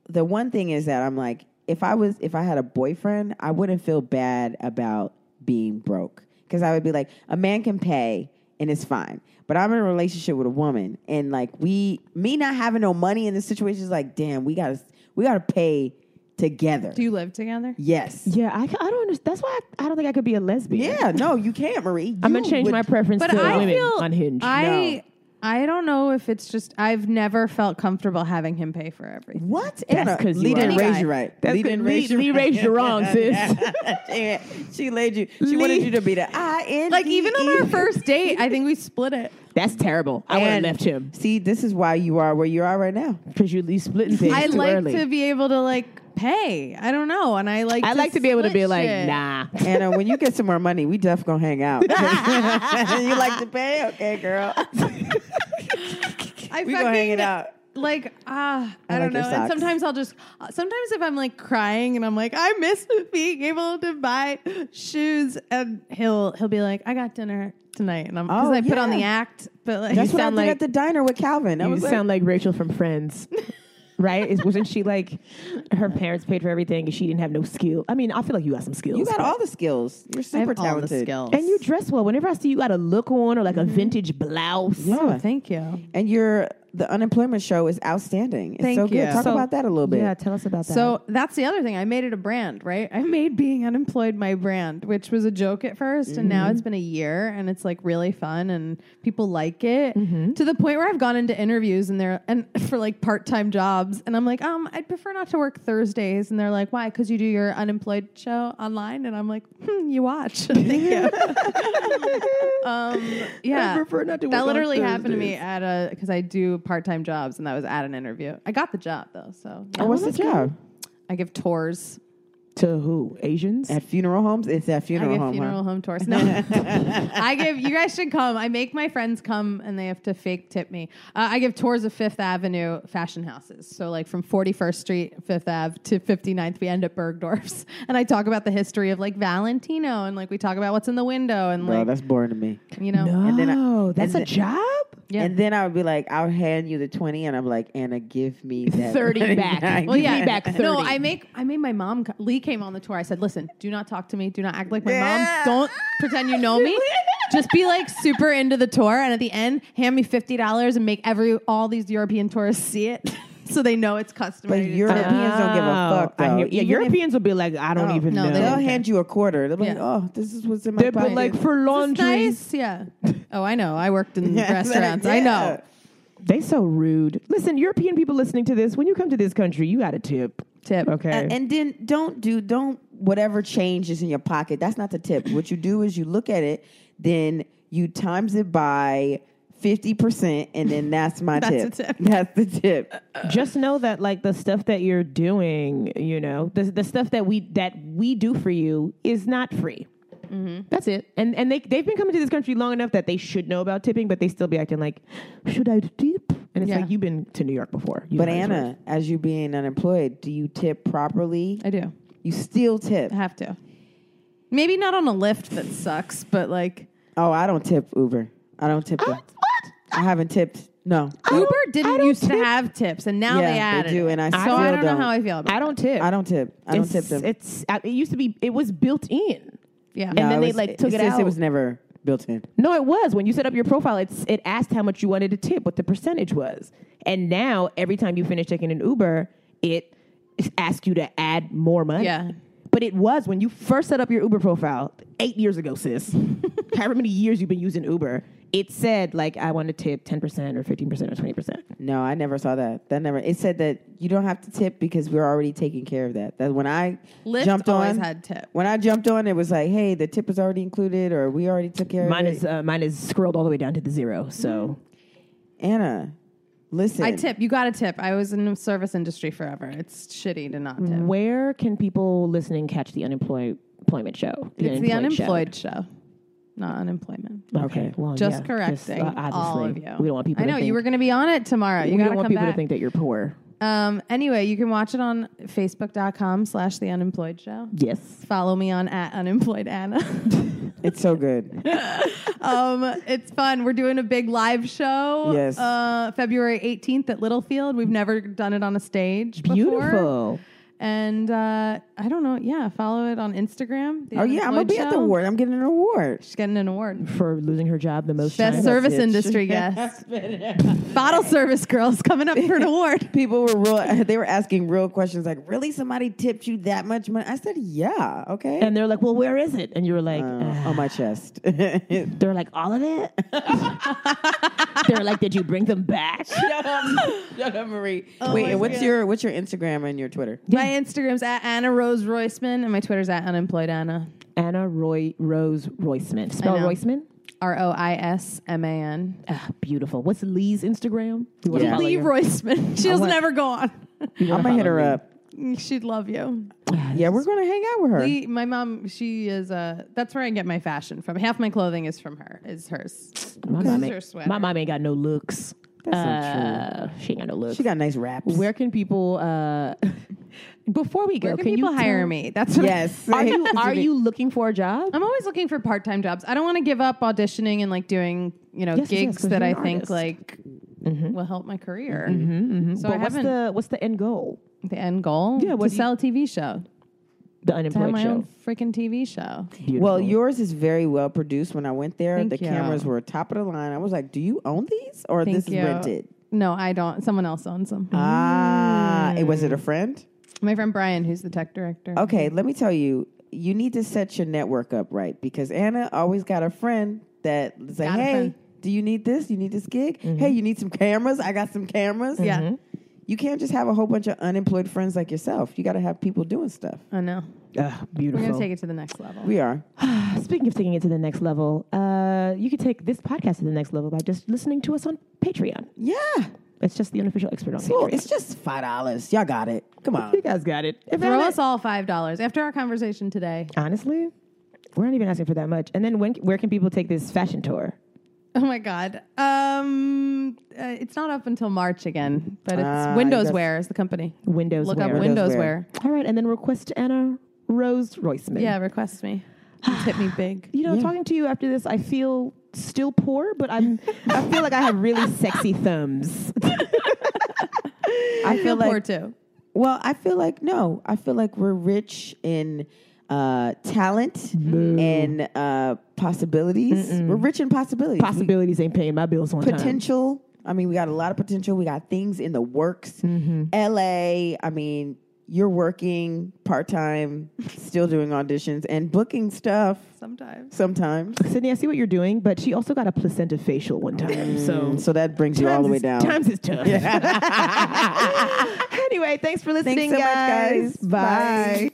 Speaker 1: The one thing is that I'm like, if I was if I had a boyfriend, I wouldn't feel bad about being broke. Because I would be like, a man can pay and it's fine. But I'm in a relationship with a woman and like we me not having no money in this situation is like, damn, we gotta we gotta pay together.
Speaker 3: Do you live together?
Speaker 1: yes.
Speaker 2: yeah, I, ca- I don't understand. That's why I, I don't think I could be a lesbian.
Speaker 1: Yeah, no, you can't, Marie.
Speaker 2: I'm gonna
Speaker 1: You
Speaker 2: change
Speaker 1: would-
Speaker 2: my preference
Speaker 3: But
Speaker 2: to
Speaker 3: I
Speaker 2: women
Speaker 3: feel
Speaker 2: on Hinge.
Speaker 3: I I don't know if it's just I've never felt comfortable having him pay for everything.
Speaker 1: What?
Speaker 2: That's
Speaker 1: Anna,
Speaker 2: 'cause you
Speaker 1: Lee
Speaker 2: are-
Speaker 1: didn't
Speaker 3: Any
Speaker 1: raise
Speaker 3: guy.
Speaker 1: you right.
Speaker 2: That's
Speaker 1: Lee
Speaker 2: 'cause
Speaker 1: didn't
Speaker 2: Lee-
Speaker 1: raise you
Speaker 2: Lee
Speaker 1: right.
Speaker 2: raised you wrong, sis.
Speaker 1: Yeah, she laid you. She
Speaker 2: Lee-
Speaker 1: wanted you to be the I N. E.
Speaker 3: Like even on our first date, I think we split it.
Speaker 2: That's terrible. I would have
Speaker 1: And-
Speaker 2: left him
Speaker 1: See, this is why you are where you are right now.
Speaker 2: because you leave splitting things
Speaker 3: I
Speaker 2: too
Speaker 3: like
Speaker 2: early.
Speaker 3: to be able to like pay. I don't know, and I like
Speaker 2: I like to be able to
Speaker 3: split
Speaker 2: be like,
Speaker 3: shit.
Speaker 2: nah.
Speaker 1: Anna, uh, when you get some more money, we def gonna hang out. you like to pay? Okay, girl.
Speaker 3: I
Speaker 1: We gonna
Speaker 3: fucking-
Speaker 1: hang it out.
Speaker 3: Like ah, I,
Speaker 1: I like
Speaker 3: don't
Speaker 1: your
Speaker 3: know. And
Speaker 1: socks.
Speaker 3: sometimes I'll just uh, sometimes if I'm like crying and I'm like I miss being able to buy shoes, and he'll he'll be like I got dinner tonight, and I'm because
Speaker 1: Oh,
Speaker 3: I put on
Speaker 1: yeah.
Speaker 3: the act, but like
Speaker 1: That's
Speaker 2: You
Speaker 1: what I
Speaker 2: sound
Speaker 1: did
Speaker 2: like-
Speaker 1: at the diner with Calvin. I
Speaker 2: You
Speaker 1: was like,
Speaker 2: sound like Rachel from Friends. Right? Is, wasn't she like her parents paid for everything and she didn't have no skill? I mean, I feel like you got some skills.
Speaker 1: you got
Speaker 2: but-
Speaker 1: all the skills. You're
Speaker 3: I have
Speaker 1: super
Speaker 3: all the
Speaker 1: talented.
Speaker 3: skills.
Speaker 2: and you dress well. Whenever I see you got a look on or like
Speaker 1: Mm-hmm.
Speaker 2: a vintage blouse.
Speaker 1: Yeah.
Speaker 3: Thank you.
Speaker 1: And your the unemployment show is outstanding. It's
Speaker 3: Thank
Speaker 1: so good.
Speaker 3: you.
Speaker 1: Talk
Speaker 2: So-
Speaker 1: about that a little bit.
Speaker 2: Yeah, tell us about that.
Speaker 3: So that's the other thing. I made it a brand, right? I made being unemployed my brand, which was a joke at 1st and now
Speaker 2: Mm-hmm.
Speaker 3: it's been a year, and it's like really fun, and people like it
Speaker 2: Mm-hmm.
Speaker 3: to the point where I've gone into interviews and they're and for like part time jobs, and I'm like, um, I'd prefer not to work Thursdays, and they're like, why? Because you do your unemployed show online, and I'm like, hmm, you watch. Thank you. um, yeah,
Speaker 2: prefer not to work
Speaker 3: That
Speaker 2: on
Speaker 3: literally happened to me
Speaker 2: Thursdays.
Speaker 3: at a because I do part time jobs, and that was at an interview. I got the job though, so
Speaker 1: Oh, what's the job?
Speaker 3: I give tours.
Speaker 2: to who? Asians?
Speaker 1: At funeral homes? It's at
Speaker 3: I
Speaker 1: funeral
Speaker 3: give
Speaker 1: home. huh?
Speaker 3: funeral home tours. No, I give. You guys should come. I make my friends come, and they have to fake tip me. Uh, I give tours of Fifth Avenue fashion houses. So like from 41st Street, Fifth Ave to 59th, we end at Bergdorf's, and I talk about the history of like Valentino, and like we talk about what's in the window, and
Speaker 1: Bro,
Speaker 3: like
Speaker 1: that's boring to me.
Speaker 3: you know.
Speaker 2: no,
Speaker 1: and then I-
Speaker 2: that's
Speaker 1: and
Speaker 2: a
Speaker 1: then-
Speaker 2: job?
Speaker 3: Yeah.
Speaker 1: And then I would be like, I'll hand you the 20, and I'm like, Anna, give me that
Speaker 2: 30 back.
Speaker 1: $29.
Speaker 2: Well, Give me back 30.
Speaker 3: No, I make I made my mom. co- Lee came on the tour. I said, "Listen, do not talk to me. Do not act like my
Speaker 1: Yeah.
Speaker 3: mom. Don't pretend you know me. Just be like super into the tour. And at the end, hand me fifty dollars and make every all these European tourists see it, so they know it's
Speaker 1: But
Speaker 3: customary. to do
Speaker 1: Europeans
Speaker 3: that.
Speaker 1: don't give a
Speaker 2: Oh,
Speaker 1: fuck,
Speaker 2: I
Speaker 1: though.
Speaker 2: hear- yeah,
Speaker 1: Even if-
Speaker 2: Europeans will be like, I don't
Speaker 1: Oh,
Speaker 2: even
Speaker 3: no,
Speaker 2: know.
Speaker 3: they
Speaker 1: They'll
Speaker 3: don't.
Speaker 1: hand you a quarter. They'll be like,
Speaker 3: Yeah.
Speaker 1: oh, this is what's in my
Speaker 2: They'll
Speaker 1: pocket.
Speaker 2: be like, for
Speaker 3: It's
Speaker 2: laundry.
Speaker 3: nice, yeah. Oh, I know. I worked in
Speaker 1: Yeah,
Speaker 3: restaurants. I
Speaker 1: yeah.
Speaker 3: know.
Speaker 2: They so rude. Listen, European people listening to this, when you come to this country, you got a tip.
Speaker 3: Tip.
Speaker 2: Okay.
Speaker 1: And, and then don't do don't whatever change is in your pocket. That's not the tip. What you do is you look at it, then you times it by fifty percent, and then that's my
Speaker 3: That's
Speaker 1: tip.
Speaker 3: a tip.
Speaker 1: That's the tip.
Speaker 2: just know that like the stuff that you're doing, you know, the the stuff that we that we do for you is not free. That's it. And and they they've been coming to this country long enough that they should know about tipping, but they still be acting like, should I tip? And it's
Speaker 3: Yeah.
Speaker 2: like you've been to New York before. You
Speaker 1: But
Speaker 2: know how this works.
Speaker 1: Anna, as you being unemployed, do you tip properly?
Speaker 3: I do.
Speaker 1: You still tip.
Speaker 3: I have to. Maybe not on a lift that sucks, but like
Speaker 1: Oh, I don't tip Uber. I don't tip. them.
Speaker 2: what? Oh.
Speaker 1: I haven't tipped. No.
Speaker 3: Uber didn't used to have tips, and now
Speaker 1: Yeah,
Speaker 3: they
Speaker 1: they
Speaker 3: added.
Speaker 1: do,
Speaker 3: it.
Speaker 1: and I
Speaker 3: so
Speaker 1: still
Speaker 3: I don't,
Speaker 1: don't.
Speaker 3: know how I feel about.
Speaker 2: I
Speaker 3: it.
Speaker 2: don't tip.
Speaker 1: I don't tip. I don't
Speaker 2: it's,
Speaker 1: tip them.
Speaker 2: It's I- it used to be it was built in.
Speaker 3: Yeah,
Speaker 2: and
Speaker 1: No,
Speaker 2: then
Speaker 1: it
Speaker 2: they,
Speaker 1: was-
Speaker 2: like, took it
Speaker 1: since It
Speaker 2: out.
Speaker 1: was never built in.
Speaker 2: No, it was. When you set up your profile, it's it asked how much you wanted to tip, what the percentage was. And now every time you finish taking an Uber, it asks you to add more money.
Speaker 3: Yeah.
Speaker 2: But it was when you first set up your Uber profile, eight years ago, sis. however many years you've been using Uber, it said like I want to tip ten percent or fifteen percent or twenty percent.
Speaker 1: No, I never saw that. That never. It said that you don't have to tip because we're already taking care of that. That when I
Speaker 3: Lyft
Speaker 1: jumped
Speaker 3: always
Speaker 1: on,
Speaker 3: had tip.
Speaker 1: When I jumped on, it was like, hey, the tip is already included, or we already took care
Speaker 2: Mine
Speaker 1: of it.
Speaker 2: is uh, mine is scrolled all the way down to the zero. So
Speaker 1: Anna, listen.
Speaker 3: I tip. You got to tip. I was in the service industry forever. It's shitty to not
Speaker 2: Mm,
Speaker 3: tip.
Speaker 2: where can people listening catch the unemployed employment show?
Speaker 3: It's the
Speaker 2: Unemployed Show.
Speaker 3: unemployed show. not unemployment.
Speaker 2: Okay. Well,
Speaker 3: Just
Speaker 2: yeah,
Speaker 3: correcting
Speaker 2: uh, obviously,
Speaker 3: all of you.
Speaker 2: We don't want people.
Speaker 3: I know
Speaker 2: to think,
Speaker 3: you were going to be on it tomorrow. You
Speaker 2: we
Speaker 3: got
Speaker 2: don't
Speaker 3: to
Speaker 2: want
Speaker 3: come
Speaker 2: people
Speaker 3: back.
Speaker 2: to think that you're poor.
Speaker 3: um, anyway, you can watch it on Facebook.com/slash The Unemployed Show.
Speaker 2: Yes.
Speaker 3: Follow me on at Unemployed Anna.
Speaker 1: It's so good.
Speaker 3: um, it's fun. We're doing a big live show.
Speaker 1: Yes.
Speaker 3: Uh, February 18th at Littlefield. We've never done it on a stage. before.
Speaker 2: Beautiful.
Speaker 3: And uh, I don't know. Yeah, follow it on Instagram. The
Speaker 1: oh yeah, I'm gonna
Speaker 3: Unemployed
Speaker 1: be at the
Speaker 3: Show.
Speaker 1: award. I'm getting an award.
Speaker 3: She's getting an award.
Speaker 2: For losing her job the most.
Speaker 3: Best
Speaker 2: times.
Speaker 3: service
Speaker 1: Bitch.
Speaker 3: industry guest. Bottle service girls coming up for an award.
Speaker 1: People were real. They were asking real questions like, really, somebody tipped you that much money? I said, yeah, okay.
Speaker 2: And they're like, "Well, where is it?" And you were like,
Speaker 1: Uh,
Speaker 3: Oh.
Speaker 2: "Uh,
Speaker 1: on my chest. Shut
Speaker 2: "They're like all of it." they're like, "Did you bring them back?"
Speaker 1: up, shut up, Marie. Wait,
Speaker 3: my
Speaker 1: and what's
Speaker 3: God.
Speaker 1: your what's your Instagram and your Twitter?
Speaker 3: My Instagram's at Anna Rose Royceman and my Twitter's at Unemployed Anna.
Speaker 2: Anna Roy Rose Roisman. Spell
Speaker 3: I know.
Speaker 2: Roisman.
Speaker 3: R O I S M A N.
Speaker 2: Ah, beautiful. What's Lee's Instagram? We wanna
Speaker 1: Yeah.
Speaker 2: follow
Speaker 3: Lee
Speaker 2: you.
Speaker 3: Royceman. She'll
Speaker 1: want-
Speaker 3: never go on.
Speaker 2: We wanna
Speaker 1: I'm gonna hit
Speaker 2: follow
Speaker 1: her
Speaker 2: Lee.
Speaker 1: up.
Speaker 3: She'd love you.
Speaker 1: Yeah, we're gonna hang out with her.
Speaker 3: Lee, my mom, she is uh that's where I get my fashion from. Half my clothing is from her, is hers.
Speaker 2: My mom,
Speaker 3: This is her
Speaker 2: ain't,
Speaker 3: sweater.
Speaker 2: my mom ain't got no looks.
Speaker 1: That's not
Speaker 2: uh, She ain't got no looks.
Speaker 1: She got nice raps.
Speaker 2: Where can people? Uh, before we go,
Speaker 3: Where can,
Speaker 2: you
Speaker 3: people hire
Speaker 2: tell-
Speaker 3: me? That's what I-
Speaker 1: yes.
Speaker 2: Are you are you looking for a job?
Speaker 3: I'm always looking for part-time jobs. I don't want to give up auditioning and like doing, you know,
Speaker 2: Yes, yes,
Speaker 3: gigs
Speaker 2: 'cause
Speaker 3: that
Speaker 2: you're
Speaker 3: I
Speaker 2: an
Speaker 3: think
Speaker 2: artist.
Speaker 3: like will help my career. So I
Speaker 2: but what's
Speaker 3: haven't
Speaker 2: the what's the end goal?
Speaker 3: mm-hmm. the, end goal
Speaker 2: Yeah, what
Speaker 3: to
Speaker 2: do you-
Speaker 3: sell a TV show.
Speaker 2: The
Speaker 3: To have
Speaker 2: unemployed
Speaker 3: my
Speaker 2: show.
Speaker 3: own freaking TV show.
Speaker 2: Beautiful.
Speaker 1: Well, yours is very well produced. When I went there,
Speaker 3: Thank
Speaker 1: the
Speaker 3: you.
Speaker 1: cameras were top of the line. I was like, "Do you own these or
Speaker 3: Thank
Speaker 1: this
Speaker 3: you.
Speaker 1: is rented?"
Speaker 3: No, I don't. Someone else owns them.
Speaker 1: Uh. Ah, it was it a friend?
Speaker 3: my friend Brian, who's the tech director.
Speaker 1: Okay, let me tell you. You need to set your network up right because Anna always got a friend that is like,
Speaker 3: Got a
Speaker 1: "Hey,
Speaker 3: friend.
Speaker 1: do you need this? You need this gig? Hey, you need some cameras? I got some cameras." Mm-hmm.
Speaker 3: Yeah.
Speaker 1: You can't just have a whole bunch of unemployed friends like yourself. You got to have people doing stuff.
Speaker 3: I know.
Speaker 2: Ah,
Speaker 3: We're
Speaker 2: beautiful.
Speaker 3: gonna take it to the next level.
Speaker 1: We are.
Speaker 2: Speaking of taking it to the next level, uh, you could take this podcast to the next level by just listening to us on Patreon.
Speaker 1: Yeah.
Speaker 2: It's just the unofficial expert on
Speaker 1: Well,
Speaker 2: Patreon.
Speaker 1: it's just five dollars. Y'all got it. Come on.
Speaker 2: you guys got it. If
Speaker 3: Throw
Speaker 2: Anna-
Speaker 3: us all five dollars after our conversation today.
Speaker 2: honestly, we're not even asking for that much. And then when where can people take this fashion tour?
Speaker 3: Oh my god. Um, uh, it's not up until March again, but it's
Speaker 1: Ah, you
Speaker 3: Windows
Speaker 1: guys-
Speaker 3: Wear is the company.
Speaker 2: Windows
Speaker 3: Look
Speaker 2: wear.
Speaker 3: up Windows
Speaker 1: Wear.
Speaker 3: Wear.
Speaker 2: All right, and then request Anna Rose Roisman.
Speaker 3: Yeah, request me. Just hit me big.
Speaker 2: You know, talking to you after this, I feel still poor, but I'm I feel like I have really sexy thumbs.
Speaker 1: I
Speaker 3: Feel
Speaker 1: feel
Speaker 3: poor
Speaker 1: like
Speaker 3: too.
Speaker 1: well, I feel like no. I feel like we're rich in uh, talent and uh, possibilities. We're rich in possibilities. We-
Speaker 2: Possibilities ain't paying my bills on time.
Speaker 1: potential. I mean, we got a lot of potential. We got things in the works.
Speaker 2: Mm-hmm.
Speaker 1: LA, I mean, you're working part time, still doing auditions and booking stuff
Speaker 3: Sometimes.
Speaker 1: sometimes.
Speaker 2: Sydney, I see what you're doing, but she also got a placenta facial one time, so
Speaker 1: So that brings you Mm. all the way
Speaker 2: is-
Speaker 1: down.
Speaker 2: Times is tough. anyway, thanks for listening,
Speaker 1: Thanks so much, guys.
Speaker 2: Bye.
Speaker 1: Bye.